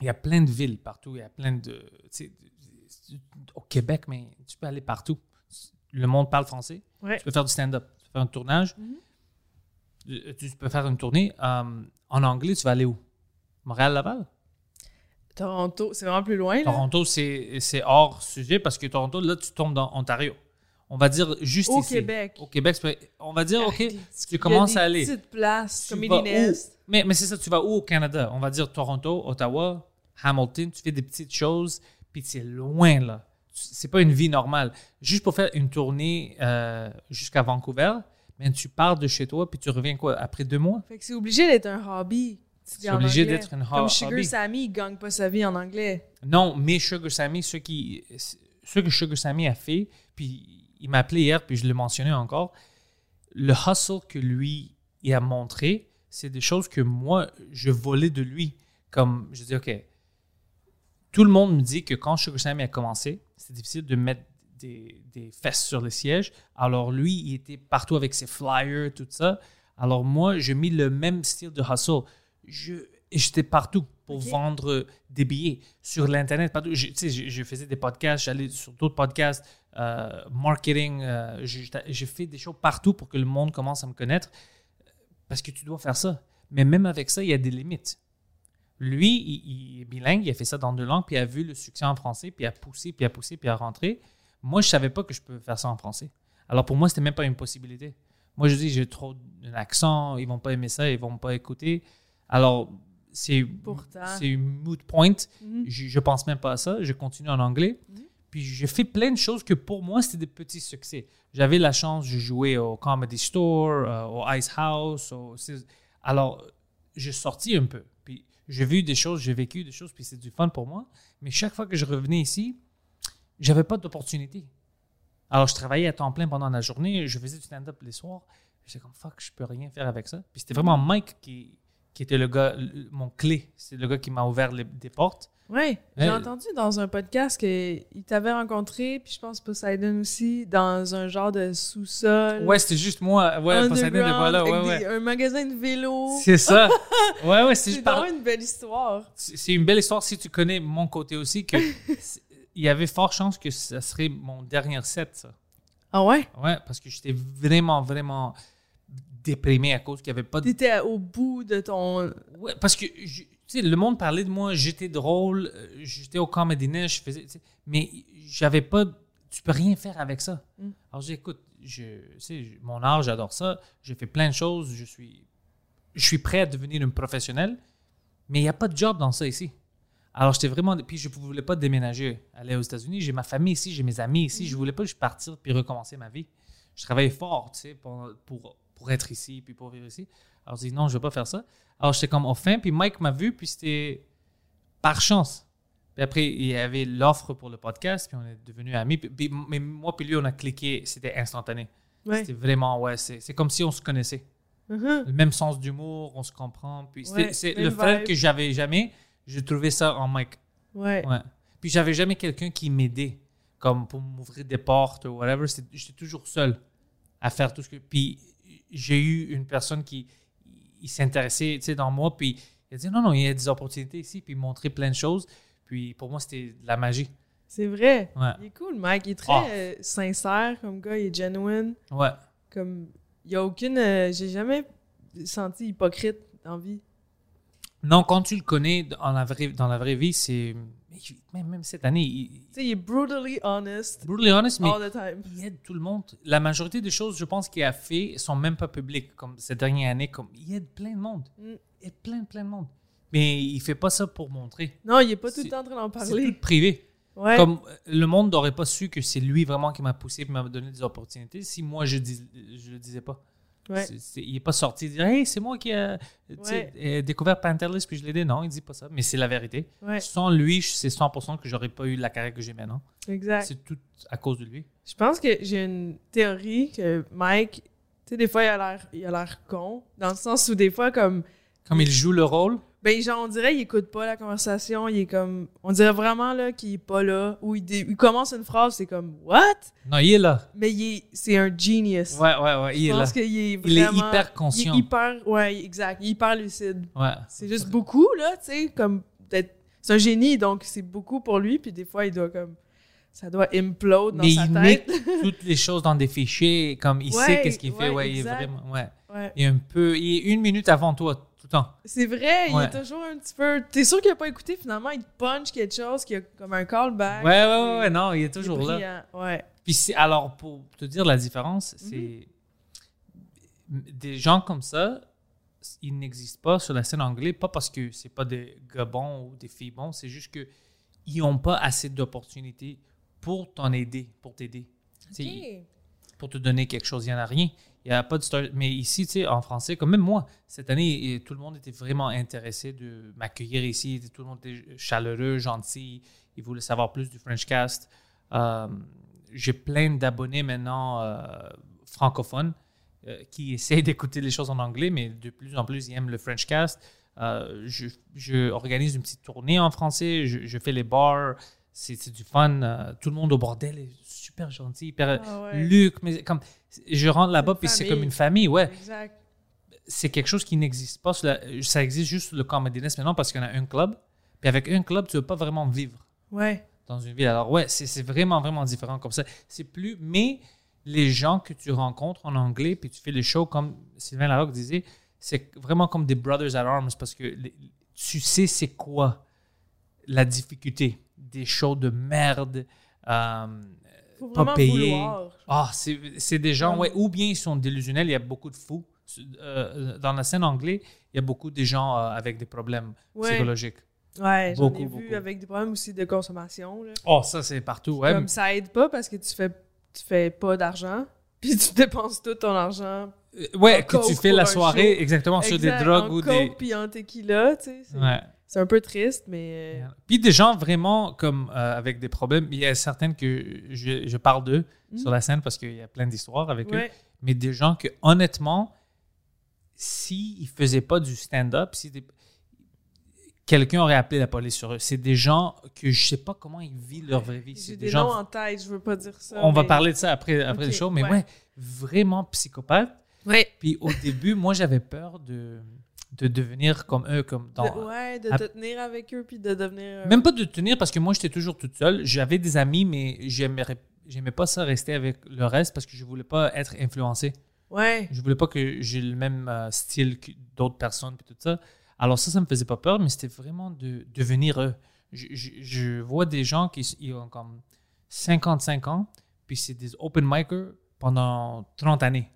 B: il y a plein de villes partout. Il y a plein de. tu sais, de- de- Au Québec, mais tu peux aller partout. Le monde parle français.
C: Ouais.
B: Tu peux faire du stand-up. Tu peux faire un tournage. Euh,
C: Mhm.
B: Tu- Tu peux faire une tournée. Euh, en anglais, tu vas aller où? Montréal-Laval?
C: Toronto, c'est vraiment plus loin, là.
B: Toronto, c'est c'est hors sujet parce que Toronto, là, tu tombes dans Ontario. On va dire juste
C: Au
B: ici.
C: Québec.
B: Au Québec, tu peux- on va dire, OK,
C: Arrête,
B: tu commences
C: il y a
B: à
C: des
B: aller.
C: petites places,
B: Tu
C: comme
B: vas
C: Comedy
B: où?
C: Nest.
B: Mais, mais c'est ça, tu vas où au Canada? On va dire Toronto, Ottawa, Hamilton, tu fais des petites choses, puis c'est loin là. Tu- C'est pas une vie normale. Juste pour faire une tournée euh, jusqu'à Vancouver, mais tu pars de chez toi, puis tu reviens quoi, après deux mois?
C: Fait que c'est obligé d'être un hobby. tu dis
B: C'est
C: en
B: obligé
C: anglais.
B: d'être une ho-
C: Comme Sugar
B: hobby.
C: Sammy, il gagne pas sa vie en anglais.
B: Non, mais Sugar Sammy, ce, qui, ce que Sugar Sammy a fait, puis il m'a appelé hier, puis je le mentionnais encore, le hustle que lui il a montré, c'est des choses que moi, je volais de lui. Comme, je dis, OK, tout le monde me dit que quand Sugar Sammy a commencé, c'est difficile de mettre des, des fesses sur les sièges. Alors lui, il était partout avec ses flyers, tout ça. Alors moi, j'ai mis le même style de hustle. Je, j'étais partout pour
C: Ok.
B: vendre des billets sur l'internet partout. Je, tu sais, je, je faisais des podcasts, j'allais sur d'autres podcasts, euh, marketing. euh, je- j'ai fait des choses partout pour que le monde commence à me connaître parce que tu dois faire ça. Mais même avec ça, il y a des limites. Lui, il, il est bilingue, il a fait ça dans deux langues, puis il a vu le succès en français, puis il a poussé, puis il a poussé, puis il a rentré. Moi, je savais pas que je peux faire ça en français. Alors pour moi, c'était même pas une possibilité. Moi, je dis, j'ai trop un accent, ils vont pas aimer ça, ils vont pas écouter. Alors, c'est
C: Pourtant.
B: c'est une moot point.
C: Mhm.
B: Je, je pense même pas à ça. Je continue en anglais. Puis j'ai fait plein de choses que pour moi, c'était des petits succès. J'avais la chance de jouer au Comedy Store, euh, au Ice House. au- c'est- Alors, j'ai sorti un peu. Puis j'ai vu des choses, j'ai vécu des choses, puis c'est du fun pour moi. Mais chaque fois que je revenais ici, j'avais pas d'opportunité. Alors, je travaillais à temps plein pendant la journée, je faisais du stand-up les soirs. J'étais comme fuck, je peux rien faire avec ça. Puis c'était vraiment Mike qui, qui était le gars, le- mon clé. C'est le gars qui m'a ouvert les, des portes.
C: Oui, j'ai
B: Hey.
C: entendu dans un podcast qu'il t'avait rencontré, puis je pense Poseidon aussi, dans un genre de sous-sol.
B: Ouais, c'était juste moi. Ouais, Poseidon
C: underground,
B: n'était pas là. Ouais,
C: avec
B: ouais.
C: des- Un magasin de vélo.
B: C'est ça. ouais, ouais, c'est
C: C'est
B: juste par-
C: vraiment une belle histoire.
B: c'est c'est une belle histoire si tu connais mon côté aussi que c'est- il y avait fort chance que ça serait mon dernier set ça.
C: Ah ouais?
B: Ouais, parce que j'étais vraiment vraiment déprimé à cause qu'il y avait pas de
C: T'étais au bout de ton...
B: Ouais, parce que je- tu sais le monde parlait de moi, j'étais drôle, euh, j'étais au Comedy Niche, je faisais tu sais, mais j'avais pas tu peux rien faire avec ça.
C: Mm.
B: Alors j'ai dit, écoute, je tu sais je- mon art, j'adore ça, j'ai fait plein de choses, je suis je suis prêt à devenir une professionnelle, mais il n'y a pas de job dans ça ici. Alors j'étais vraiment puis je voulais pas déménager, aller aux États-Unis, j'ai ma famille ici, j'ai mes amis ici, je voulais pas juste partir puis recommencer ma vie. Je travaillais fort, tu sais, pour, pour, pour être ici puis pour vivre ici. Alors j'ai dit non, je vais pas faire ça. Alors j'étais comme au fin, puis Mike m'a vu, puis c'était par chance. Puis après, il y avait l'offre pour le podcast, puis on est devenus amis. Puis- puis- mais moi, puis lui, on a cliqué, c'était instantané.
C: Ouais.
B: C'était vraiment, ouais, c'est c'est comme si on se connaissait.
C: Mhm.
B: Le même sens d'humour, on se comprend. Puis c'était-
C: Ouais,
B: c'est
C: même
B: le frère
C: vibe.
B: que j'avais jamais, je trouvais ça en Mike.
C: Ouais.
B: Ouais. Puis j'avais jamais quelqu'un qui m'aidait, comme pour m'ouvrir des portes ou whatever. C'est- J'étais toujours seul à faire tout ce que. Puis j'ai eu une personne qui il s'intéressait, tu sais, dans moi. Puis il a dit non, non, il y a des opportunités ici. Puis il montrait plein de choses. Puis pour moi, c'était de la magie.
C: C'est vrai.
B: Ouais.
C: Il est cool, Mike. Il est très
B: Ah.
C: euh, sincère comme gars. Il est genuine.
B: Ouais.
C: Comme... Il y a aucune... euh, J'ai jamais senti hypocrite en vie.
B: Non, quand tu le connais dans la vraie, dans la vraie vie, c'est. Même, même cette année, il.
C: Tu sais, il est brutally honest
B: Brutally honest, mais
C: all the time.
B: il aide tout le monde. La majorité des choses, je pense, qu'il a fait sont même pas publiques, comme cette dernière année. Comme, il aide plein de monde.
C: Mm.
B: Il aide plein, plein de monde. Mais il fait pas ça pour montrer.
C: Non, il est pas tout le
B: C'est-
C: temps en train d'en
B: C'est tout
C: parler.
B: privé.
C: Ouais.
B: Comme euh, le monde n'aurait pas su que c'est lui vraiment qui m'a poussé et m'a donné des opportunités si moi je dis, je le disais pas.
C: Ouais.
B: C'est- c'est- il est pas sorti dire Hey, c'est moi qui ai euh,
C: Ouais.
B: découvert Panterlist puis je l'ai aidé. Non, il dit pas ça. Mais c'est la vérité.
C: Ouais,
B: Sans lui, je- c'est 100% que j'aurais pas eu la carrière que j'ai maintenant.
C: exact.
B: C'est tout à cause de lui.
C: Je pense que j'ai une théorie que Mike, tu sais, des fois, il a l'air, il a l'air con, dans le sens où des fois, comme,
B: Comme il joue le rôle.
C: ben, genre, on dirait, il écoute pas la conversation, il est comme, on dirait vraiment, là, qu'il est pas là, ou il, dé- il commence une phrase, c'est comme, what?
B: Non, il est là.
C: Mais il est- c'est un genius.
B: Ouais, ouais, ouais, il
C: Je
B: est là.
C: pense qu'il est
B: Il est
C: vraiment-
B: hyper conscient.
C: Il est hyper, ouais, exact, il est hyper lucide.
B: Ouais.
C: C'est juste beaucoup, là, tu sais, comme, peut-être, c'est un génie, donc c'est beaucoup pour lui, puis des fois, il doit, comme, ça doit implode dans
B: Mais
C: sa
B: il
C: tête.
B: toutes les choses dans des fichiers, comme il
C: Ouais,
B: sait qu'est-ce qu'il fait,
C: ouais,
B: ouais, il est
C: exact.
B: vraiment, ouais.
C: Ouais.
B: Il est un peu, il est une minute avant toi tout le temps.
C: C'est
B: Ouais.
C: vrai, il est toujours un petit peu. T'es sûr qu'il a pas écouté finalement, il te punch quelque chose, qu'il y a comme un callback.
B: Ouais, ouais, ouais, ouais, non, il est toujours là.
C: là. Ouais.
B: Puis c'est- alors pour te dire la différence,
C: Mhm.
B: c'est des gens comme ça, ils n'existent pas sur la scène anglaise, pas parce que c'est pas des gars bons ou des filles bons, c'est juste que ils ont pas assez d'opportunités pour t'en aider, pour t'aider. Tu sais, ils- pour te donner quelque chose. Il n'y en a rien. Il n'y a pas de story. Mais ici, tu sais, en français, comme même moi, cette année, et tout le monde était vraiment intéressé de m'accueillir ici. Tout le monde était chaleureux, gentil. Ils voulaient savoir plus du Frenchcast. Euh, J'ai plein d'abonnés maintenant euh, francophones euh, qui essaient d'écouter les choses en anglais, mais de plus en plus, ils aiment le Frenchcast. Euh, je, je organise une petite tournée en français. Je, je fais les bars. C'est c'est du fun. Euh, tout le monde au bordel est super gentil, hyper
C: Ah ouais.
B: Luc, mais comme je rentre là-bas
C: une
B: puis c'est
C: famille.
B: comme une famille, ouais.
C: Exact.
B: C'est quelque chose qui n'existe pas, sur la- ça existe juste sur le Comedy Nest maintenant parce qu'on a un club. Puis avec un club, tu ne veux pas vraiment vivre
C: Ouais.
B: dans une ville. Alors ouais, c'est c'est vraiment vraiment différent comme ça. C'est plus, mais les gens que tu rencontres en anglais puis tu fais les shows comme Sylvain Larocque disait, c'est vraiment comme des brothers at arms parce que les- tu sais c'est quoi la difficulté des shows de merde. euh,
C: Faut
B: Pas
C: vraiment
B: payé.
C: vouloir.
B: ah, c'est c'est des gens,
C: Ouais.
B: ouais, ou bien ils sont délusionnels, il y a beaucoup de fous. Euh, dans la scène anglaise, il y a beaucoup de gens euh, avec des problèmes
C: Ouais.
B: psychologiques.
C: Ouais, j'en ai
B: Beaucoup,
C: vu
B: beaucoup.
C: avec des problèmes aussi de consommation. Là.
B: Oh, ça, c'est partout, ouais.
C: Comme ça aide pas parce que tu fais tu fais pas d'argent, puis tu dépenses tout ton argent.
B: Euh, ouais,
C: en
B: que tu
C: coke
B: fais la
C: pour un
B: soirée,
C: show.
B: exactement, sur
C: Exact,
B: des drogues
C: en
B: ou
C: coke
B: des...
C: puis en tequila, tu sais. C'est
B: Ouais.
C: c'est un peu triste, mais. euh,
B: Puis des gens vraiment comme euh, avec des problèmes, il y a certaines que je, je parle d'eux
C: Mhm.
B: sur la scène parce qu'il y a plein d'histoires avec eux.
C: ouais.
B: mais des gens que, honnêtement, s'ils ne faisaient pas du stand-up, si des- quelqu'un aurait appelé la police sur eux. C'est des gens que je sais pas comment ils vivent leur vraie vie. C'est
C: J'ai
B: des,
C: des
B: gens.
C: noms en tête, je veux pas dire ça.
B: on va
C: mais-
B: parler de ça après, après le
C: Ok,
B: show, mais ouais.
C: ouais.
B: vraiment psychopathe.
C: Ouais.
B: Puis au début, moi, j'avais peur de, de devenir comme eux, comme dans.
C: De, ouais, de
B: à-
C: te tenir avec eux puis de devenir. euh,
B: Même pas de tenir parce que moi, j'étais toujours toute seule. J'avais des amis, mais j'aimerais. J'aimais pas ça rester avec le reste parce que je voulais pas être influencé.
C: Ouais.
B: Je voulais pas que j'ai le même euh, style que d'autres personnes et tout ça. Alors ça, ça me faisait pas peur, mais c'était vraiment de devenir eux. Je, je- je vois des gens qui s- ils ont comme 55 ans, puis c'est des open micers pendant 30 années.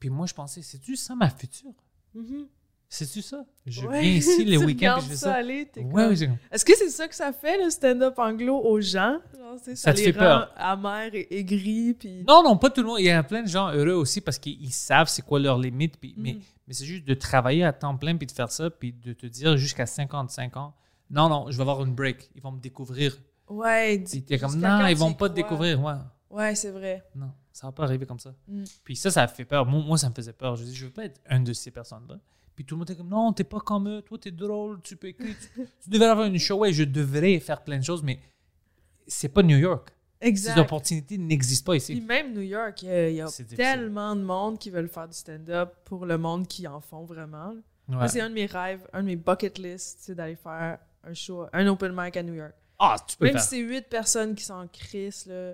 B: Puis moi, je pensais, c'est-tu ça ma future?
C: Mhm.
B: C'est-tu ça? Je
C: Ouais.
B: viens ici les
C: Tu
B: week-ends,
C: regardes
B: puis je fais
C: ça.
B: ça.
C: aller, t'es
B: Ouais,
C: comme-
B: ouais, c'est comme-
C: Est-ce que c'est ça que ça fait, le stand-up anglo aux gens? Genre, tu sais,
B: Ça
C: ça,
B: te
C: les
B: fait
C: rend
B: peur.
C: amers et aigris. Puis...
B: Non, non, pas tout le monde. Il y a plein de gens heureux aussi parce qu'ils ils savent c'est quoi leurs limites. puis- Mais,
C: Mhm.
B: mais c'est juste de travailler à temps plein puis de faire ça puis de te dire jusqu'à 55 ans, non, non, je vais avoir une break. Ils vont me découvrir.
C: Ouais,
B: Puis
C: dis-
B: t'es comme,
C: jusqu'à
B: non,
C: quand
B: ils
C: tu
B: vont
C: y
B: pas te
C: crois?
B: découvrir. Ouais.
C: Ouais, c'est vrai.
B: Non, ça va pas arriver comme ça.
C: Mm.
B: Puis ça, ça fait peur. Moi, moi, ça me faisait peur. Je dis, je veux pas être un de ces personnes-là. Puis tout le monde était comme, non, t'es pas comme eux. Toi, t'es drôle, tu peux écrire. Tu, tu devrais avoir une show. Ouais, je devrais faire plein de choses, mais c'est pas New York. Ces
C: Exact.
B: opportunités n'existent pas ici.
C: Puis même New York, il y a, il y a
B: C'est difficile.
C: tellement de monde qui veulent faire du stand-up pour le monde qui en font vraiment.
B: Ouais.
C: Moi, c'est un de mes rêves, un de mes bucket list, c'est d'aller faire un show, un open mic à New York.
B: Ah, tu peux le
C: Même
B: faire.
C: si c'est huit personnes qui s'en crissent, là,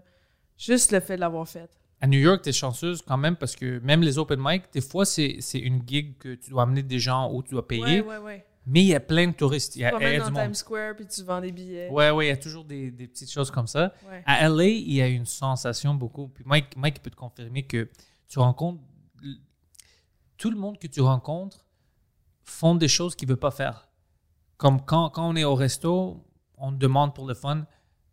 C: juste le fait de l'avoir fait.
B: À New York, tu es chanceuse quand même parce que même les open mic, des fois, c'est c'est une gig que tu dois amener des gens ou tu dois payer.
C: Ouais, ouais, ouais.
B: Mais il y a plein de touristes. Il y
C: Tu
B: a, il y
C: te
B: a
C: promènes
B: du
C: dans
B: monde.
C: Times Square puis tu vends des billets.
B: Ouais, ouais, il y a toujours des, des petites choses comme ça.
C: Ouais.
B: À LA, il y a une sensation beaucoup. Puis Mike, Mike peut te confirmer que tu rencontres. Tout le monde que tu rencontres font des choses qu'ils ne veulent pas faire. Comme quand, quand on est au resto, on demande pour le fun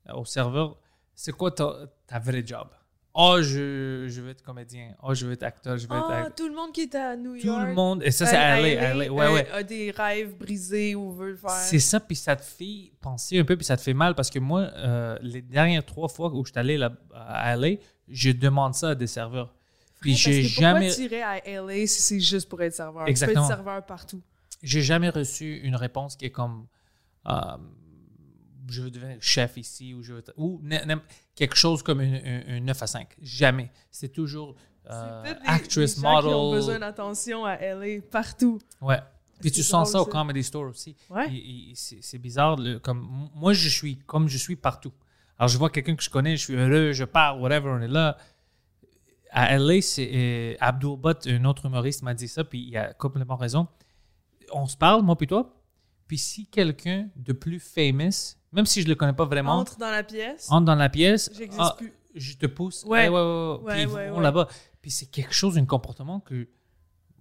B: euh, au serveur c'est quoi ta, ta vraie job Oh, je, je veux être comédien. Oh, je veux être acteur. Je veux être
C: Ah,
B: acteur.
C: tout le monde qui est à New
B: Tout
C: York.
B: le monde. Et ça,
C: euh,
B: c'est à
C: à
B: LA.
C: LA,
B: LA, Ouais,
C: euh,
B: ouais.
C: a des rêves brisés ou veut le faire.
B: C'est ça, puis ça te fait penser un peu, puis ça te fait mal parce que moi, euh, les dernières trois fois où je suis allé là- à LA, je demande ça à des serveurs. Puis
C: Ouais, parce que
B: j'ai jamais,
C: Pourquoi tirer à LA si c'est juste pour être serveur?
B: Exactement.
C: Tu peux être serveur partout.
B: j'ai jamais reçu une réponse qui est comme euh, je veux devenir chef ici ou je veux- ou n- n- quelque chose comme un, un- un 9 à 5. Jamais. C'est toujours euh,
C: c'est peut-être des,
B: actress,
C: des gens
B: model.
C: qui ont besoin d'attention à LA partout.
B: Ouais. Puis
C: C'est
B: tu sens ça
C: drôle,
B: au
C: ça.
B: Comedy Store aussi.
C: Ouais.
B: Il- il- C'est c'est bizarre. le- comme, moi, je suis comme je suis partout. Alors, je vois quelqu'un que je connais, je suis heureux, je parle, whatever, on est là. À LA, c'est euh, Abdul Butt, un autre humoriste, m'a dit ça, puis il a complètement raison. On se parle, moi puis toi. Puis si quelqu'un de plus famous, même si je le connais pas vraiment, entre,
C: Entre dans la pièce.
B: dans la pièce,
C: J'existe
B: ah,
C: plus.
B: je te pousse.
C: Ouais.
B: Eh, ouais, ouais, ouais.
C: Ouais,
B: Puis ils
C: ouais,
B: vont
C: ouais.
B: là-bas. Puis c'est quelque chose, un comportement que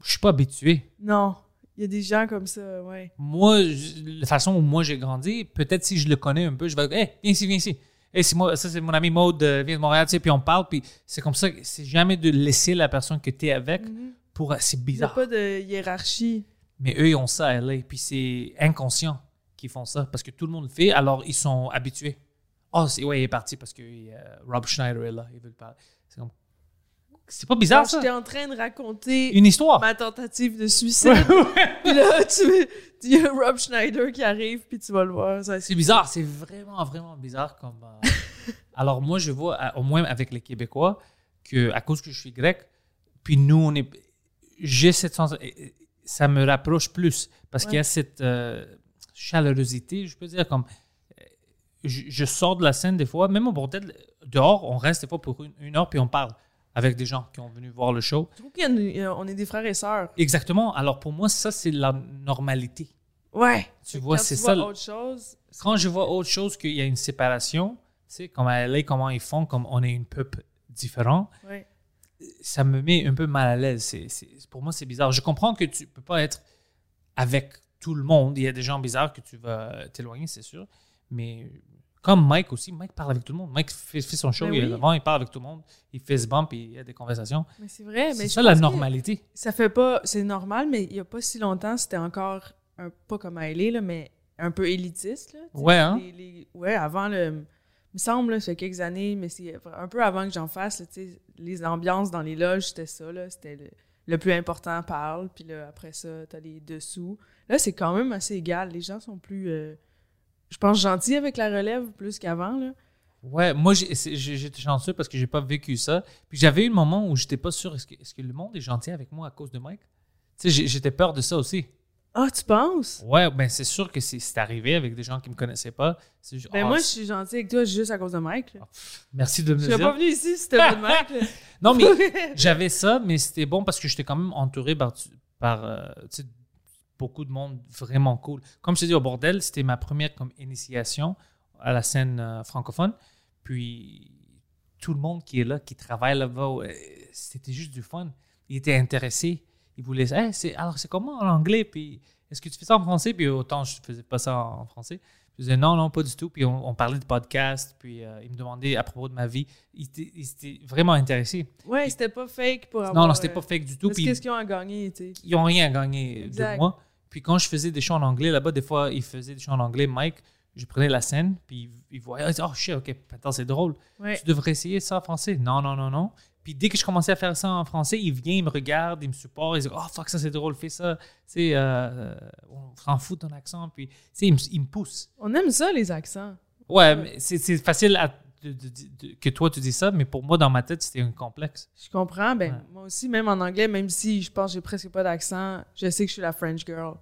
B: je suis pas habitué.
C: Non. Il y a des gens comme ça, ouais.
B: moi, je- la façon où moi j'ai grandi, peut-être si je le connais un peu, je vais dire, hey, viens ici, viens ici. Hey, c'est moi, ça, c'est mon ami Maude, euh, vient de Montréal, tu sais, puis on parle, puis c'est comme ça, que c'est jamais de laisser la personne que tu es avec
C: Mhm.
B: pour. euh, C'est
C: Il n'y a
B: bizarre.
C: pas de hiérarchie.
B: Mais eux, ils ont ça à LA, puis c'est inconscient qu'ils font ça, parce que tout le monde le fait, alors ils sont habitués. Oh, c'est, ouais, il est parti parce que euh, Rob Schneider est là, il veut le parler. C'est comme. C'est pas bizarre,
C: Alors,
B: ça?
C: j'étais en train de raconter
B: Une histoire.
C: ma tentative de suicide. puis là, tu il y a Rob Schneider qui arrive, puis tu vas le voir. Ça,
B: C'est bizarre, c'est vraiment, vraiment bizarre comme. euh, Alors, moi, je vois, à- au moins avec les Québécois, que à cause que je suis grec, puis nous, on est. J'ai cette sens. et- et Ça me rapproche plus parce qu'il y a cette euh, chaleurosité, je peux dire, comme. euh, Je, je sors de la scène des fois, même au bordel, dehors, on reste des fois pour une, une heure, puis on parle avec des gens qui ont venu voir le show.
C: Je trouve qu'on est des frères et sœurs.
B: Exactement. Alors, pour moi, ça, c'est la normalité.
C: Ouais.
B: Tu vois,
C: Quand
B: c'est
C: tu
B: ça.
C: vois
B: le-
C: autre chose.
B: quand je vois autre chose qu'il y a une séparation, tu sais, comme à LA, comment ils font, comme on est une peuple différent,
C: Ouais.
B: ça me met un peu mal à l'aise. C'est- c'est- pour moi, c'est bizarre. Je comprends que tu peux pas être avec tout le monde. Il y a des gens bizarres que tu vas t'éloigner, c'est sûr. Mais comme Mike aussi, Mike parle avec tout le monde. Mike fait, fait son show,
C: Ben
B: il est
C: oui.
B: devant, il parle avec tout le monde, il fait ce bump, il y a des conversations.
C: Mais c'est vrai. mais
B: C'est
C: je
B: ça la
C: pense que
B: normalité.
C: Ça fait pas. C'est normal, mais il n'y a pas si longtemps, c'était encore un, pas comme à LA, là, mais un peu élitiste. Là, tu sais.
B: Ouais, hein?
C: Les- les- ouais, avant le. Il me semble, là, ça fait quelques années, mais c'est un peu avant que j'en fasse, là, tu sais, les ambiances dans les loges, c'était ça. là, C'était le- le plus important parle, puis là, après ça, t'as les dessous. Là, c'est quand même assez égal. Les gens sont plus, euh, je pense, gentils avec la relève plus qu'avant, là.
B: Ouais, moi, j'ai- c'est- j'ai- j'étais chanceux parce que j'ai pas vécu ça. Puis j'avais eu le moment où j'étais pas sûr, est-ce que, est-ce que le monde est gentil avec moi à cause de Mike? Tu sais, j'ai- j'étais peur de ça aussi.
C: Ah, tu penses?
B: Ouais, ben c'est sûr que c'est c'est arrivé avec des gens qui me connaissaient pas. C'est juste,
C: Ben
B: ah,
C: moi, je
B: c'est- Ah,
C: suis gentille avec toi juste à cause de Mike. là.
B: Merci de me
C: Je
B: le
C: serais
B: dire.
C: pas venu ici si c'était pas de Mike. là.
B: Non, mais j'avais ça, mais c'était bon parce que j'étais quand même entouré par, du- par euh, tu sais, beaucoup de monde vraiment cool. Comme je te dis, au bordel, c'était ma première comme initiation à la scène euh, francophone. Puis tout le monde qui est là, qui travaille là-bas, euh, c'était juste du fun. Ils étaient intéressés. Ils voulaient, Hey, c'est, alors c'est comment en anglais? Puis est-ce que tu fais ça en français? Puis autant je faisais pas ça en français. Je disais non, non, pas du tout. Puis on, on parlait de podcast. Puis euh, ils me demandaient à propos de ma vie. Ils étaient, ils étaient vraiment intéressés.
C: ouais, c'était pas fake pour avoir...
B: Non, non, c'était
C: euh,
B: pas fake du tout.
C: parce
B: Puis
C: Qu'est-ce qu'ils ont à gagner, tu sais?
B: ils n'ont rien gagné
C: Exact.
B: de moi. Puis quand je faisais des shows en anglais, là-bas, des fois, ils faisaient des shows en anglais. Mike, je prenais la scène, puis ils voyaient, ils disaient, oh shit, ok, attends, c'est drôle.
C: Ouais.
B: Tu devrais essayer ça en français. Non, non, non, non. Puis dès que je commençais à faire ça en français, ils viennent, ils me regardent, ils me supportent, ils disent, oh fuck, ça c'est drôle, fais ça. Tu sais, euh, on s'en fout de ton accent. Puis, tu sais, ils me, ils me poussent.
C: On aime ça, les accents.
B: Ouais, mais c'est c'est facile à- de- de- de- que toi tu dis ça, mais pour moi, dans ma tête, c'était un complexe.
C: Je comprends. Ben,
B: Ouais.
C: moi aussi, même en anglais, même si je pense que j'ai presque pas d'accent, je sais que je suis la French girl.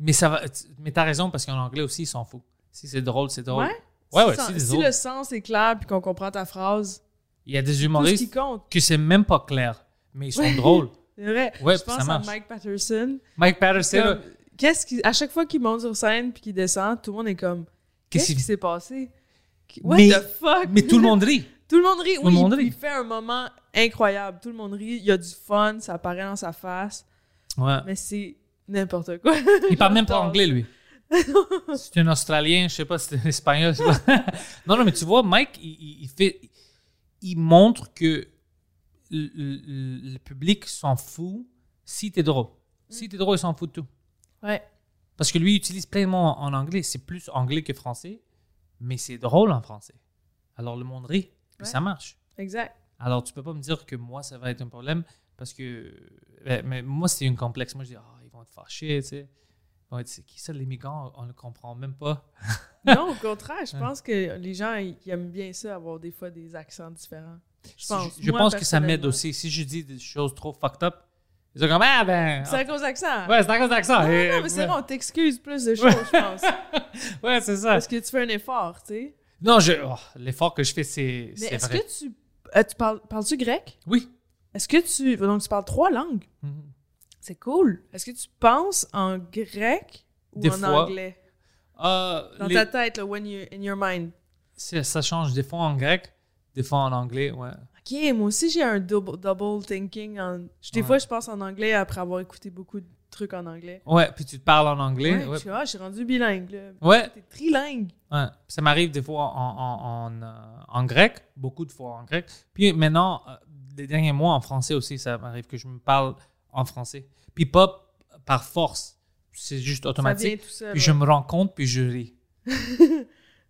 B: Mais ça va. tu- Mais t'as raison parce qu'en anglais aussi, ils s'en foutent. Si c'est drôle, c'est drôle.
C: Ouais?
B: Ouais,
C: si
B: ouais,
C: sen-
B: si, les
C: si
B: autres.
C: le sens est clair puis qu'on comprend ta phrase,
B: Il y a des
C: tout ce qui
B: humoristes
C: compte.
B: que c'est même pas clair, mais ils sont
C: Ouais.
B: drôles.
C: C'est vrai.
B: Ouais,
C: je
B: puis ça
C: pense à
B: marche.
C: Mike Patterson.
B: Mike Patterson,
C: Comme,
B: là,
C: Qu'est-ce qui, à chaque fois qu'il monte sur scène puis qu'il descend, tout le monde est comme
B: qu'est-ce
C: Qu'est-ce qui
B: qu'il
C: s'est passé? What
B: Mais-
C: the fuck?
B: Mais tout le monde rit.
C: tout le monde rit.
B: Tout
C: Oui,
B: le monde
C: il-
B: rit.
C: Il fait un moment incroyable. Tout le monde rit. Il y a du fun. Ça apparaît dans sa face.
B: Ouais.
C: Mais c'est n'importe quoi.
B: Il parle même pas
C: J'adore
B: anglais, lui. c'est un Australien, je sais pas, c'est un Espagnol. je sais pas. non, non, mais tu vois, Mike, il- il, il fait, il montre que le, le- le public s'en fout si t'es drôle. Si t'es drôle, il s'en fout de tout.
C: Ouais.
B: Parce que lui, il utilise plein de mots en en anglais. C'est plus anglais que français, mais c'est drôle en français. Alors le monde rit, puis
C: Ouais.
B: ça marche.
C: Exact.
B: Alors tu peux pas me dire que moi, ça va être un problème parce que. ben, mais moi, c'est un complexe. Moi, je dis, ah, ils vont être fâchés, tu sais. Ils vont être, c'est qui ça, les migrants On le comprend même pas.
C: Non, au contraire, je pense que les gens, ils ils aiment bien ça, avoir des fois des accents différents.
B: Je
C: pense,
B: je
C: moi,
B: pense que ça m'aide
C: personnellement.
B: aussi. Si je dis des choses trop fucked up, ils sont comme, ah ben.
C: C'est à cause d'accent.
B: Ouais, c'est à cause d'accent.
C: Non,
B: Eh,
C: non, mais c'est
B: ouais.
C: vrai, on t'excuse plus de choses, je pense.
B: Ouais, c'est ça.
C: Parce que tu fais un effort, tu sais.
B: Non, je, oh, l'effort que je fais, c'est.
C: Mais
B: c'est
C: est-ce
B: vrai.
C: que tu. euh, tu parles, parles-tu grec?
B: Oui.
C: Est-ce que tu. Donc, tu parles trois langues.
B: Mhm.
C: C'est cool. Est-ce que tu penses en grec ou
B: Des
C: en
B: fois.
C: anglais?
B: Euh,
C: Dans
B: les-
C: ta tête, là, when you in your mind.
B: ça, ça change des fois en grec, des fois en anglais, ouais.
C: Ok, moi aussi, j'ai un double, double thinking. En... je- Des
B: Ouais.
C: fois, je pense en anglais après avoir écouté beaucoup de trucs en anglais.
B: Ouais, puis tu te parles en anglais.
C: Ouais,
B: ouais.
C: Je suis, ah, je suis rendu bilingue, là.
B: Ouais,
C: T'es trilingue.
B: ouais. Ça m'arrive des fois en, en, en, euh, en grec, beaucoup de fois en grec. Puis maintenant, euh, les derniers mois en français aussi, ça m'arrive que je me parle en français. Puis pas par force, c'est juste
C: Ça vient
B: automatique.
C: tout seul.
B: Puis je
C: ouais.
B: me rends compte, puis je ris.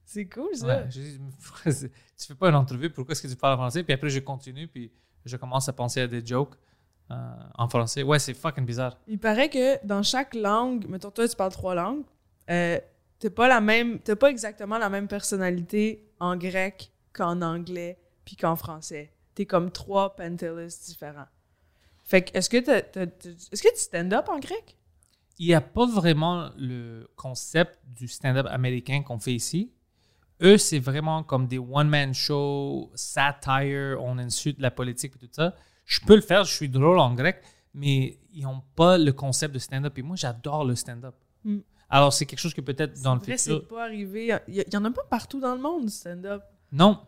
C: C'est cool, ça.
B: Ouais, je dis, Pourquoi c'est- tu fais pas une entrevue, pourquoi est-ce que tu parles en français? Puis après, je continue, puis je commence à penser à des jokes euh, en français. Ouais, c'est fucking bizarre.
C: Il paraît que dans chaque langue, mettons, toi, tu parles trois langues, euh, t'as pas la même, t'as pas exactement la même personnalité en grec qu'en anglais puis qu'en français. T'es comme trois pantelistes différents. Fait que, est-ce que t'as- t'as- t'as- est-ce que tu stand-up en grec?
B: il n'y a pas vraiment le concept du stand-up américain qu'on fait ici. Eux, c'est vraiment comme des one-man shows, satire, on insulte la politique et tout ça. Je peux le faire, je suis drôle en grec, mais ils n'ont pas le concept de stand-up. Et moi, j'adore le stand-up.
C: Mm.
B: Alors, c'est quelque chose que peut-être dans le
C: Vrai,
B: futur.
C: c'est pas arrivé. Il y, a- il y en a pas partout dans le monde, du stand-up.
B: Non.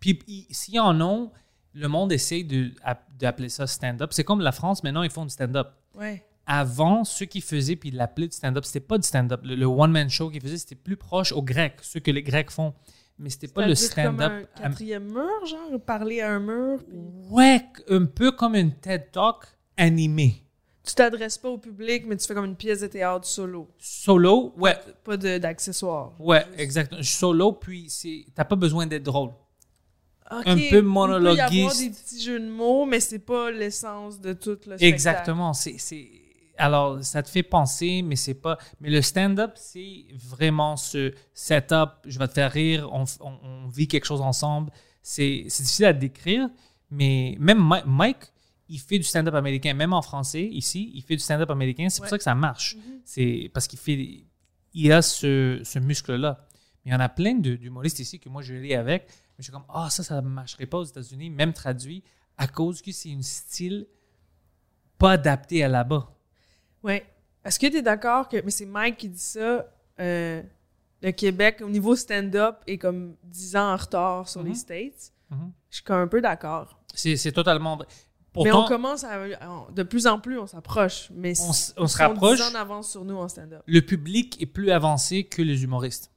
B: Puis i- s'il y en a, le monde essaye de- app- d'appeler ça stand-up. C'est comme la France, maintenant, ils font du stand-up.
C: Ouais.
B: avant, ceux qui faisaient puis ils l'appelaient du stand-up, c'était pas du stand-up. Le, one-man show qu'ils faisaient, c'était plus proche aux Grecs, ce que les Grecs font. Mais c'était pas le
C: C'est-à-dire comme
B: stand-up.
C: un quatrième mur, genre, parler à un mur. puis
B: Ouais, un peu comme une TED Talk animée.
C: Tu t'adresses pas au public, mais tu fais comme une pièce de théâtre solo.
B: Solo, ouais,
C: Pas de- d'accessoires.
B: ouais, exactement. Solo, puis c'est- t'as pas besoin d'être drôle.
C: Ok,
B: Un peu
C: il peut y avoir
B: monologuiste.
C: des petits jeux de mots, mais c'est pas l'essence de tout le spectacle.
B: Exactement. C'est, c'est- Alors, ça te fait penser, mais c'est pas. Mais le stand-up, c'est vraiment ce setup. Je vais te faire rire. On, f- on- on vit quelque chose ensemble. C'est, c'est difficile à décrire, mais même Mi- Mike, il fait du stand-up américain, même en français ici, il fait du stand-up américain. C'est pour
C: Ouais. Mm-hmm.
B: ça que ça marche. C'est parce qu'il fait, il a ce, ce muscle-là. Mais il y en a plein de- d'humoristes ici que moi je lis avec, mais je suis comme ah ça, ça ne marcherait pas aux États-Unis, même traduit, à cause que c'est un style pas adapté à là-bas.
C: Oui. Est-ce que tu es d'accord que. Mais c'est Mike qui dit ça. euh, le Québec, au niveau stand-up, est comme 10 ans en retard sur
B: Mhm.
C: les States.
B: Mhm.
C: Je suis comme un peu d'accord.
B: C'est c'est totalement vrai.
C: Mais
B: Pourtant,
C: on commence à. on- de plus en plus, on s'approche. Mais
B: on,
C: ils
B: s- on se
C: sont 10
B: rapproche.
C: ans en avance sur nous en stand-up.
B: Le public est plus avancé que les humoristes.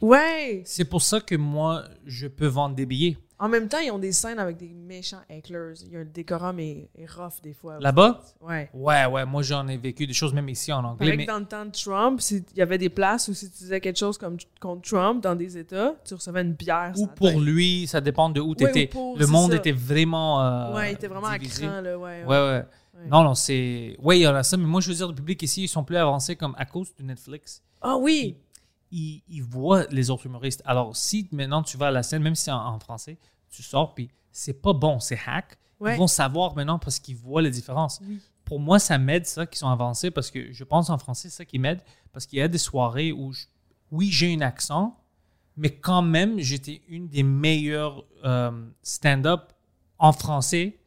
C: Ouais!
B: C'est pour ça que moi, je peux vendre des billets.
C: En même temps, ils ont des scènes avec des méchants hecklers. Il y a le décorum est, est rough des fois.
B: Là-bas?
C: Ouais.
B: Ouais, ouais, moi j'en ai vécu des choses même ici en anglais.
C: Pareil que
B: Mais
C: dans le temps de Trump, si- il y avait des places où si tu disais quelque chose comme contre Trump dans des États, tu recevais une bière. sur
B: ou
C: la
B: pour
C: tête.
B: lui, ça dépend de où tu
C: Ouais, ou
B: étais.
C: pour,
B: Le
C: c'est
B: monde
C: ça.
B: était vraiment. euh,
C: Ouais, il était vraiment
B: divisé.
C: à cran, là. Ouais,
B: Ouais,
C: ouais.
B: ouais.
C: Ouais.
B: Non, non, c'est. Ouais, il y en a ça, mais moi je veux dire, le public ici, ils sont plus avancés comme à cause de Netflix.
C: Ah oui!
B: ils, ils voient les autres humoristes. Alors, si maintenant tu vas à la scène, même si c'est en, en français, tu sors, puis c'est pas bon, c'est hack,
C: Ouais.
B: ils vont savoir maintenant parce qu'ils voient la différence.
C: Oui.
B: Pour moi, ça m'aide, ça, qu'ils sont avancés, parce que je pense en français, c'est ça qui m'aide, parce qu'il y a des soirées où, je- oui, j'ai un accent, mais quand même, j'étais une des meilleures euh, stand-up en français.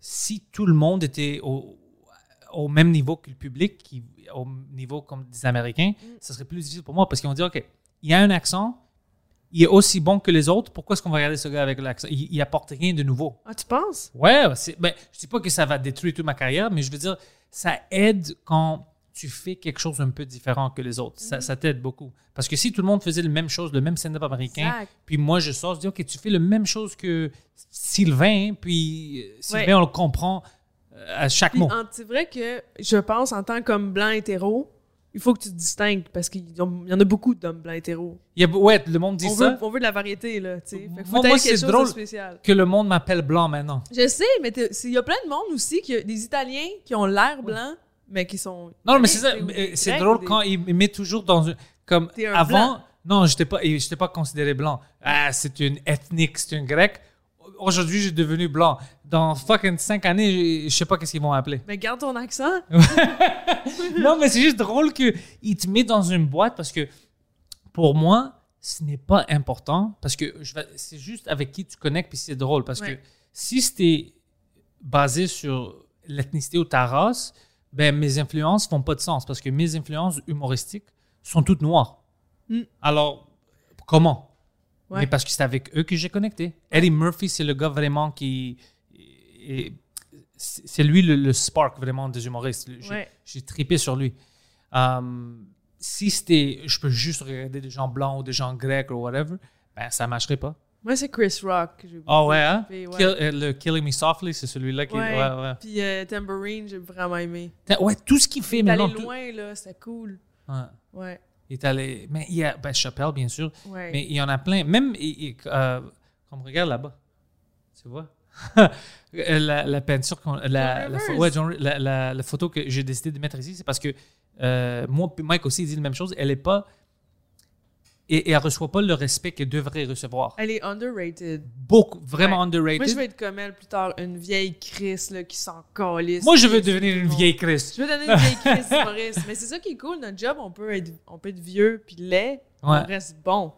B: Si tout le monde était au, au même niveau que le public, qui, au niveau comme des Américains,
C: Mm.
B: ça serait plus difficile pour moi parce qu'ils vont dire, OK, il a un accent, il est aussi bon que les autres, pourquoi est-ce qu'on va regarder ce gars avec l'accent? Il, il apporte rien de nouveau.
C: Ah, tu penses?
B: Ouais, c'est- ben, je ne dis pas que ça va détruire toute ma carrière, mais je veux dire, ça aide quand tu fais quelque chose un peu différent que les autres.
C: Mm.
B: Ça, ça t'aide beaucoup. Parce que si tout le monde faisait la même chose, le même stand-up américain,
C: Exact.
B: puis moi, je sors, je dis, OK, tu fais la même chose que Sylvain, puis euh, Sylvain,
C: Ouais.
B: on le comprend euh, à chaque
C: Puis,
B: mot.
C: en- c'est vrai que je pense, en tant qu'homme blanc hétéro, il faut que tu te distingues parce qu'il y en il y en a beaucoup d'hommes blancs hétéros.
B: Il y a- ouais, le monde dit
C: On
B: ça,
C: veut, on veut de la variété, là. tu sais. Fait que faut
B: Moi-
C: que t'ailles
B: moi,
C: quelque
B: c'est
C: chose
B: drôle.
C: de spécial.
B: que le monde m'appelle blanc maintenant.
C: Je sais, mais t'es- c'est- il y a plein de monde aussi, qui, des Italiens qui ont l'air blanc, mais qui sont.
B: Non, mais c'est ça.
C: Ou des
B: euh, C'est
C: Grecs,
B: drôle
C: ou des-
B: quand il me met toujours dans une. Comme
C: T'es un
B: avant,
C: blanc.
B: non, je n'étais pas, et j'étais pas considéré blanc. Ah, c'est une ethnique, c'est une grecque. Aujourd'hui, je suis devenu blanc. Dans fucking cinq années, je, je sais pas qu'est-ce qu'ils vont appeler.
C: Mais garde ton accent.
B: non, mais c'est juste drôle qu'il te met dans une boîte parce que pour moi, ce n'est pas important parce que je vais- c'est juste avec qui tu connectes puis c'est drôle parce
C: Ouais.
B: que si c'était basé sur l'ethnicité ou ta race, ben mes influences font pas de sens parce que mes influences humoristiques sont toutes noires.
C: Mm.
B: Alors comment
C: Ouais.
B: Mais parce que c'est avec eux que j'ai connecté. Eddie Murphy, c'est le gars vraiment qui et- c'est c'est lui le, le spark vraiment des humoristes. J'ai-
C: Ouais.
B: J'ai tripé sur lui. Euh, si c'était, je peux juste regarder des gens blancs ou des gens grecs ou whatever, ben ça marcherait pas.
C: Moi, c'est Chris Rock. que j'ai
B: Ah
C: beaucoup
B: ouais, hein?
C: trippé, ouais.
B: Kill- euh, le Killing Me Softly, c'est celui-là qui.
C: Ouais.
B: Ouais, ouais.
C: Puis euh, Tambourine, j'ai vraiment aimé.
B: T'as- ouais, tout ce qu'il fait
C: D'aller
B: maintenant. tout-
C: loin, là, c'était cool.
B: Ouais.
C: Ouais,
B: Il est allé. Mais il y a ben, Chappelle, bien sûr.
C: ouais.
B: Mais il y en a plein. Même, il- il- euh, comme regarde là-bas, tu vois, Euh, la, la peinture, qu'on- la,
C: John
B: la, pho-
C: Rivers.
B: ouais, John- la- la- la photo que j'ai décidé de mettre ici, c'est parce que euh, moi puis Mike aussi il dit la même chose. Elle est pas et, et elle reçoit pas le respect qu'elle devrait recevoir.
C: Elle est underrated.
B: Beaucoup, vraiment
C: Ouais.
B: underrated.
C: Moi, je veux être comme elle plus tard, une vieille Chris là, qui s'en calisse. Qui-
B: devenir une vieille Chris.
C: Je veux donner une vieille Chris humoriste. Mais c'est ça qui est cool. Notre job, on peut être, on peut être vieux puis
B: Ouais.
C: laid. On reste bon.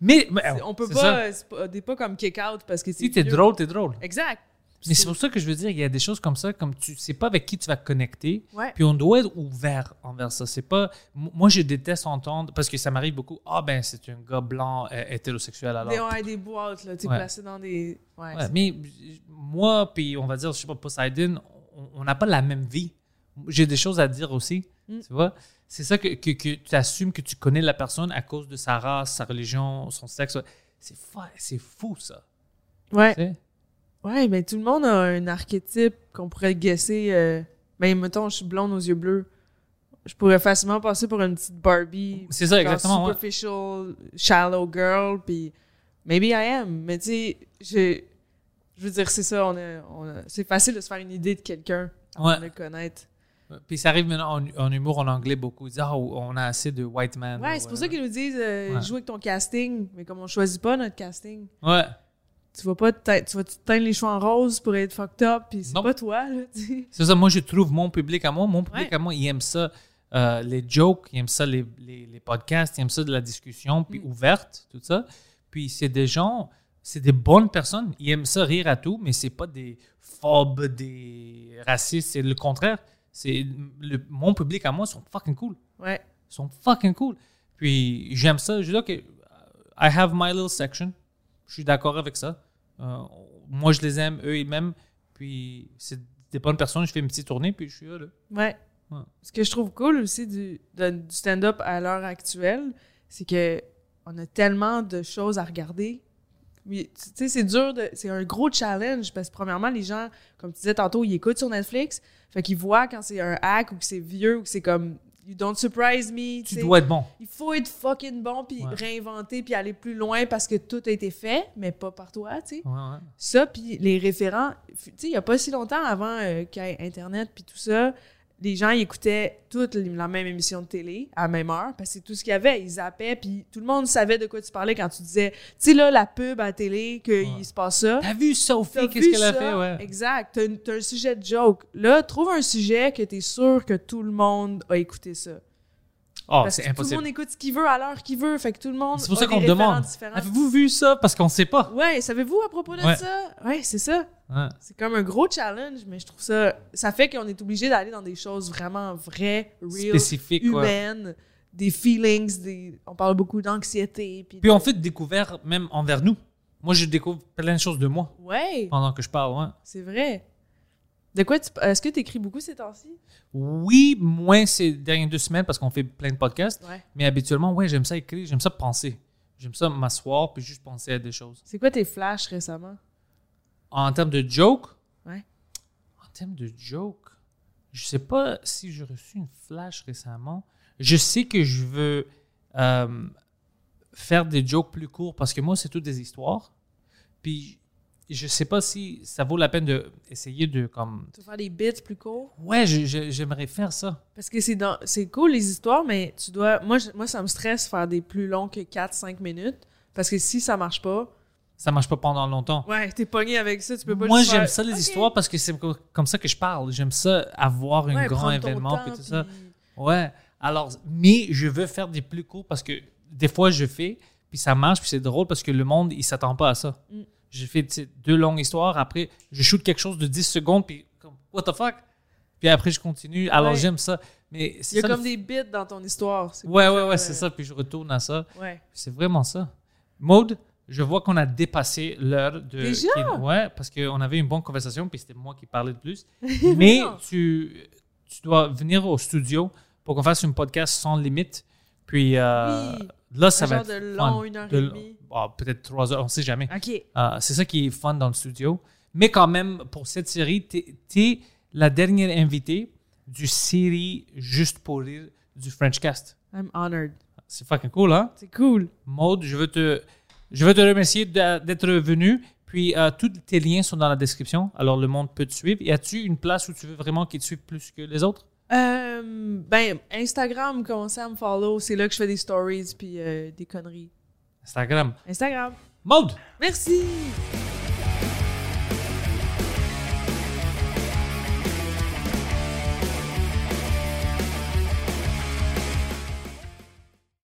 B: Mais, mais-
C: C'est- on peut
B: c'est
C: pas.
B: ça.
C: euh, c'est pas- T'es pas comme kick out parce que
B: Si
C: t'es
B: t'es
C: vieux.
B: drôle, t'es drôle.
C: Exact.
B: Mais c'est pour ça que je veux dire, il y a des choses comme ça, comme tu sais pas avec qui tu vas connecter.
C: Ouais.
B: Puis on doit être ouvert envers ça. C'est pas. m- Moi, je déteste entendre parce que ça m'arrive beaucoup. Ah ben, c'est un gars blanc euh, hétérosexuel alors.
C: Des, ouais, des boîtes, là. T'es
B: Ouais.
C: placé dans des. Ouais.
B: Ouais, mais j- moi, puis on va dire, je sais pas, Poseidon, on- on n'a pas la même vie. J'ai des choses à dire aussi.
C: Mm.
B: Tu vois. C'est ça que, que- que tu assumes que tu connais la personne à cause de sa race, sa religion, son sexe. C'est fa- c'est fou ça.
C: c'est- ouais.
B: tu sais.
C: Ouais, mais tout le monde a un archétype qu'on pourrait guesser. euh, mais mettons, je suis blonde aux yeux bleus. Je pourrais facilement passer pour une petite Barbie.
B: C'est ça
C: genre
B: exactement. ouais.
C: Superficial, shallow girl, puis... Maybe I am. Mais tu sais, je, je veux dire, c'est ça. On a- on a- c'est facile de se faire une idée de quelqu'un avant
B: Ouais.
C: de le connaître.
B: Puis ça arrive maintenant en, en humour en anglais beaucoup. Ils disent, Ah, on a assez de white man.
C: Ouais, c'est pour ça qu'ils nous disent euh,
B: Ah, ben Ouais.
C: joue avec ton casting, mais comme on choisit pas notre casting,
B: Ouais.
C: tu vas pas te teindre, tu vas te teindre les cheveux en rose pour être fucked up, puis c'est
B: Non.
C: pas toi là. tu sais.
B: C'est ça, moi, je trouve mon public à moi. Mon public
C: Ouais.
B: à moi, il aime ça, euh, les jokes, il aime ça, les, les- les podcasts, il aime ça de la discussion, puis ouverte, tout ça. Puis c'est des gens, c'est des bonnes personnes, ils aiment ça rire à tout, mais c'est pas des phobes, des racistes, c'est le contraire. C'est le- mon public à moi, ils sont fucking cool.
C: Ouais.
B: Ils sont fucking cool. Puis j'aime ça. Je dis, OK, I have my little section. Je suis d'accord avec ça. Euh, moi, je les aime, eux, ils m'aiment. Puis c'est des bonnes personnes. Je fais une petite tournée, puis je suis là. là.
C: Ouais.
B: Ouais.
C: Ce que je trouve cool aussi du, de- du stand-up à l'heure actuelle, c'est que on a tellement de choses à regarder. Mais, Tu sais, c'est dur, de- c'est un gros challenge parce que premièrement, les gens, comme tu disais tantôt, ils écoutent sur Netflix, fait qu'ils voient quand c'est un hack ou que c'est vieux ou que c'est comme You don't surprise me.
B: Tu
C: sais.
B: dois être bon.
C: Il faut être fucking bon puis
B: Ouais.
C: réinventer puis aller plus loin parce que tout a été fait, mais pas par toi, tu sais.
B: Ouais, ouais.
C: Ça, puis les référents, tu sais, il n'y a pas si longtemps avant euh, qu'il y ait Internet puis tout ça, les gens ils écoutaient toute la même émission de télé à la même heure parce que c'est tout ce qu'il y avait. Ils zappaient, puis tout le monde savait de quoi tu parlais quand tu disais, tu sais, là, la pub à la télé, qu'il
B: Ouais.
C: se passe ça.
B: T'as vu
C: T'as
B: Sophie,
C: vu
B: qu'est-ce qu'elle a
C: ça?
B: fait? Ouais.
C: Exact. T'as, une- t'as un sujet de joke. Là, trouve un sujet que tu es sûr que tout le monde a écouté ça.
B: Oh,
C: Parce
B: c'est
C: que tout le
B: impossible.
C: monde écoute ce qu'il veut à l'heure qu'il veut. Fait que tout le monde.
B: C'est pour
C: a
B: ça
C: des
B: qu'on
C: référents
B: demande.
C: différents.
B: Avez-vous vu ça? Parce qu'on sait pas. Hein?
C: Ouais, savez-vous à propos de
B: Ouais.
C: ça? Ouais, c'est ça.
B: Ouais.
C: C'est comme un gros challenge, mais je trouve ça. Ça fait qu'on est obligé d'aller dans des choses vraiment vraies, real,
B: Spécifique, ouais.
C: humaines, des feelings, des... on parle beaucoup d'anxiété. Puis,
B: Puis on fait découvert même envers nous. Moi, je découvre plein de choses de moi
C: Ouais,
B: pendant que je parle. ouais.
C: c'est vrai. De quoi tu. Est-ce que tu écris beaucoup ces temps-ci?
B: Oui, moins ces dernières deux semaines parce qu'on fait plein de podcasts.
C: Ouais.
B: Mais habituellement, ouais, j'aime ça écrire, j'aime ça penser. J'aime ça m'asseoir puis juste penser à des choses.
C: C'est quoi tes flashs récemment?
B: En termes de joke,
C: Ouais.
B: en termes de joke, je sais pas si j'ai reçu une flash récemment. Je sais que je veux euh, faire des jokes plus courts parce que moi, c'est toutes des histoires. Puis je sais pas si ça vaut la peine d'essayer de comme.
C: Tu vas faire des bits plus courts?
B: Ouais, je- je- j'aimerais faire ça.
C: Parce que c'est dans- c'est cool les histoires, mais tu dois. Moi, je- moi, ça me stresse faire des plus longs que 4-5 minutes. Parce que si ça marche pas,
B: Ça marche pas pendant longtemps.
C: ouais, t'es pogné avec ça, tu peux pas
B: Moi,
C: juste
B: j'aime
C: faire,
B: ça, les
C: OK.
B: histoires, parce que c'est co- comme ça que je parle. J'aime ça, avoir un
C: Ouais,
B: grand
C: prendre ton
B: événement,
C: temps,
B: puis tout ça.
C: puis-
B: Ouais. Alors, mais je veux faire des plus courts, parce que des fois, je fais, puis ça marche, puis c'est drôle, parce que le monde, il s'attend pas à ça.
C: Mm.
B: J'ai fait tu sais, deux longues histoires, après, je shoot quelque chose de 10 secondes, puis comme, what the fuck? Puis après, je continue. Alors,
C: Ouais.
B: j'aime ça. Mais c'est
C: Il y a
B: ça, le f-
C: comme des bits dans ton histoire. c'est
B: Ouais,
C: pour
B: ouais, ouais,
C: euh,
B: c'est ça, puis je retourne à ça.
C: Ouais.
B: C'est vraiment ça. Maude, je vois qu'on a dépassé l'heure de.
C: Déjà?
B: qui- ouais, parce qu'on avait une bonne conversation, puis c'était moi qui parlais de plus. Mais
C: Non.
B: tu, tu dois venir au studio pour qu'on fasse une podcast sans limite. Puis euh,
C: Oui.
B: là, ça
C: Un
B: va
C: genre
B: être.
C: de
B: fun.
C: long, une heure et
B: l-
C: demie.
B: ah, Peut-être trois heures, on sait jamais.
C: OK.
B: Euh, c'est ça qui est fun dans le studio. Mais quand même, pour cette série, t'es es la dernière invitée du série Juste pour rire du Frenchcast.
C: I'm honored.
B: C'est fucking cool, hein?
C: C'est cool.
B: Maude, je veux te, je veux te remercier d'a- d'être venu. Puis euh, tous tes liens sont dans la description, alors le monde peut te suivre. Y a-tu une place où tu veux vraiment qu'ils te suivent plus que les autres
C: Euh, ben, Instagram, commencez à me follow. C'est là que je fais des stories puis euh, des conneries.
B: Instagram.
C: Instagram.
B: Maude
C: Merci.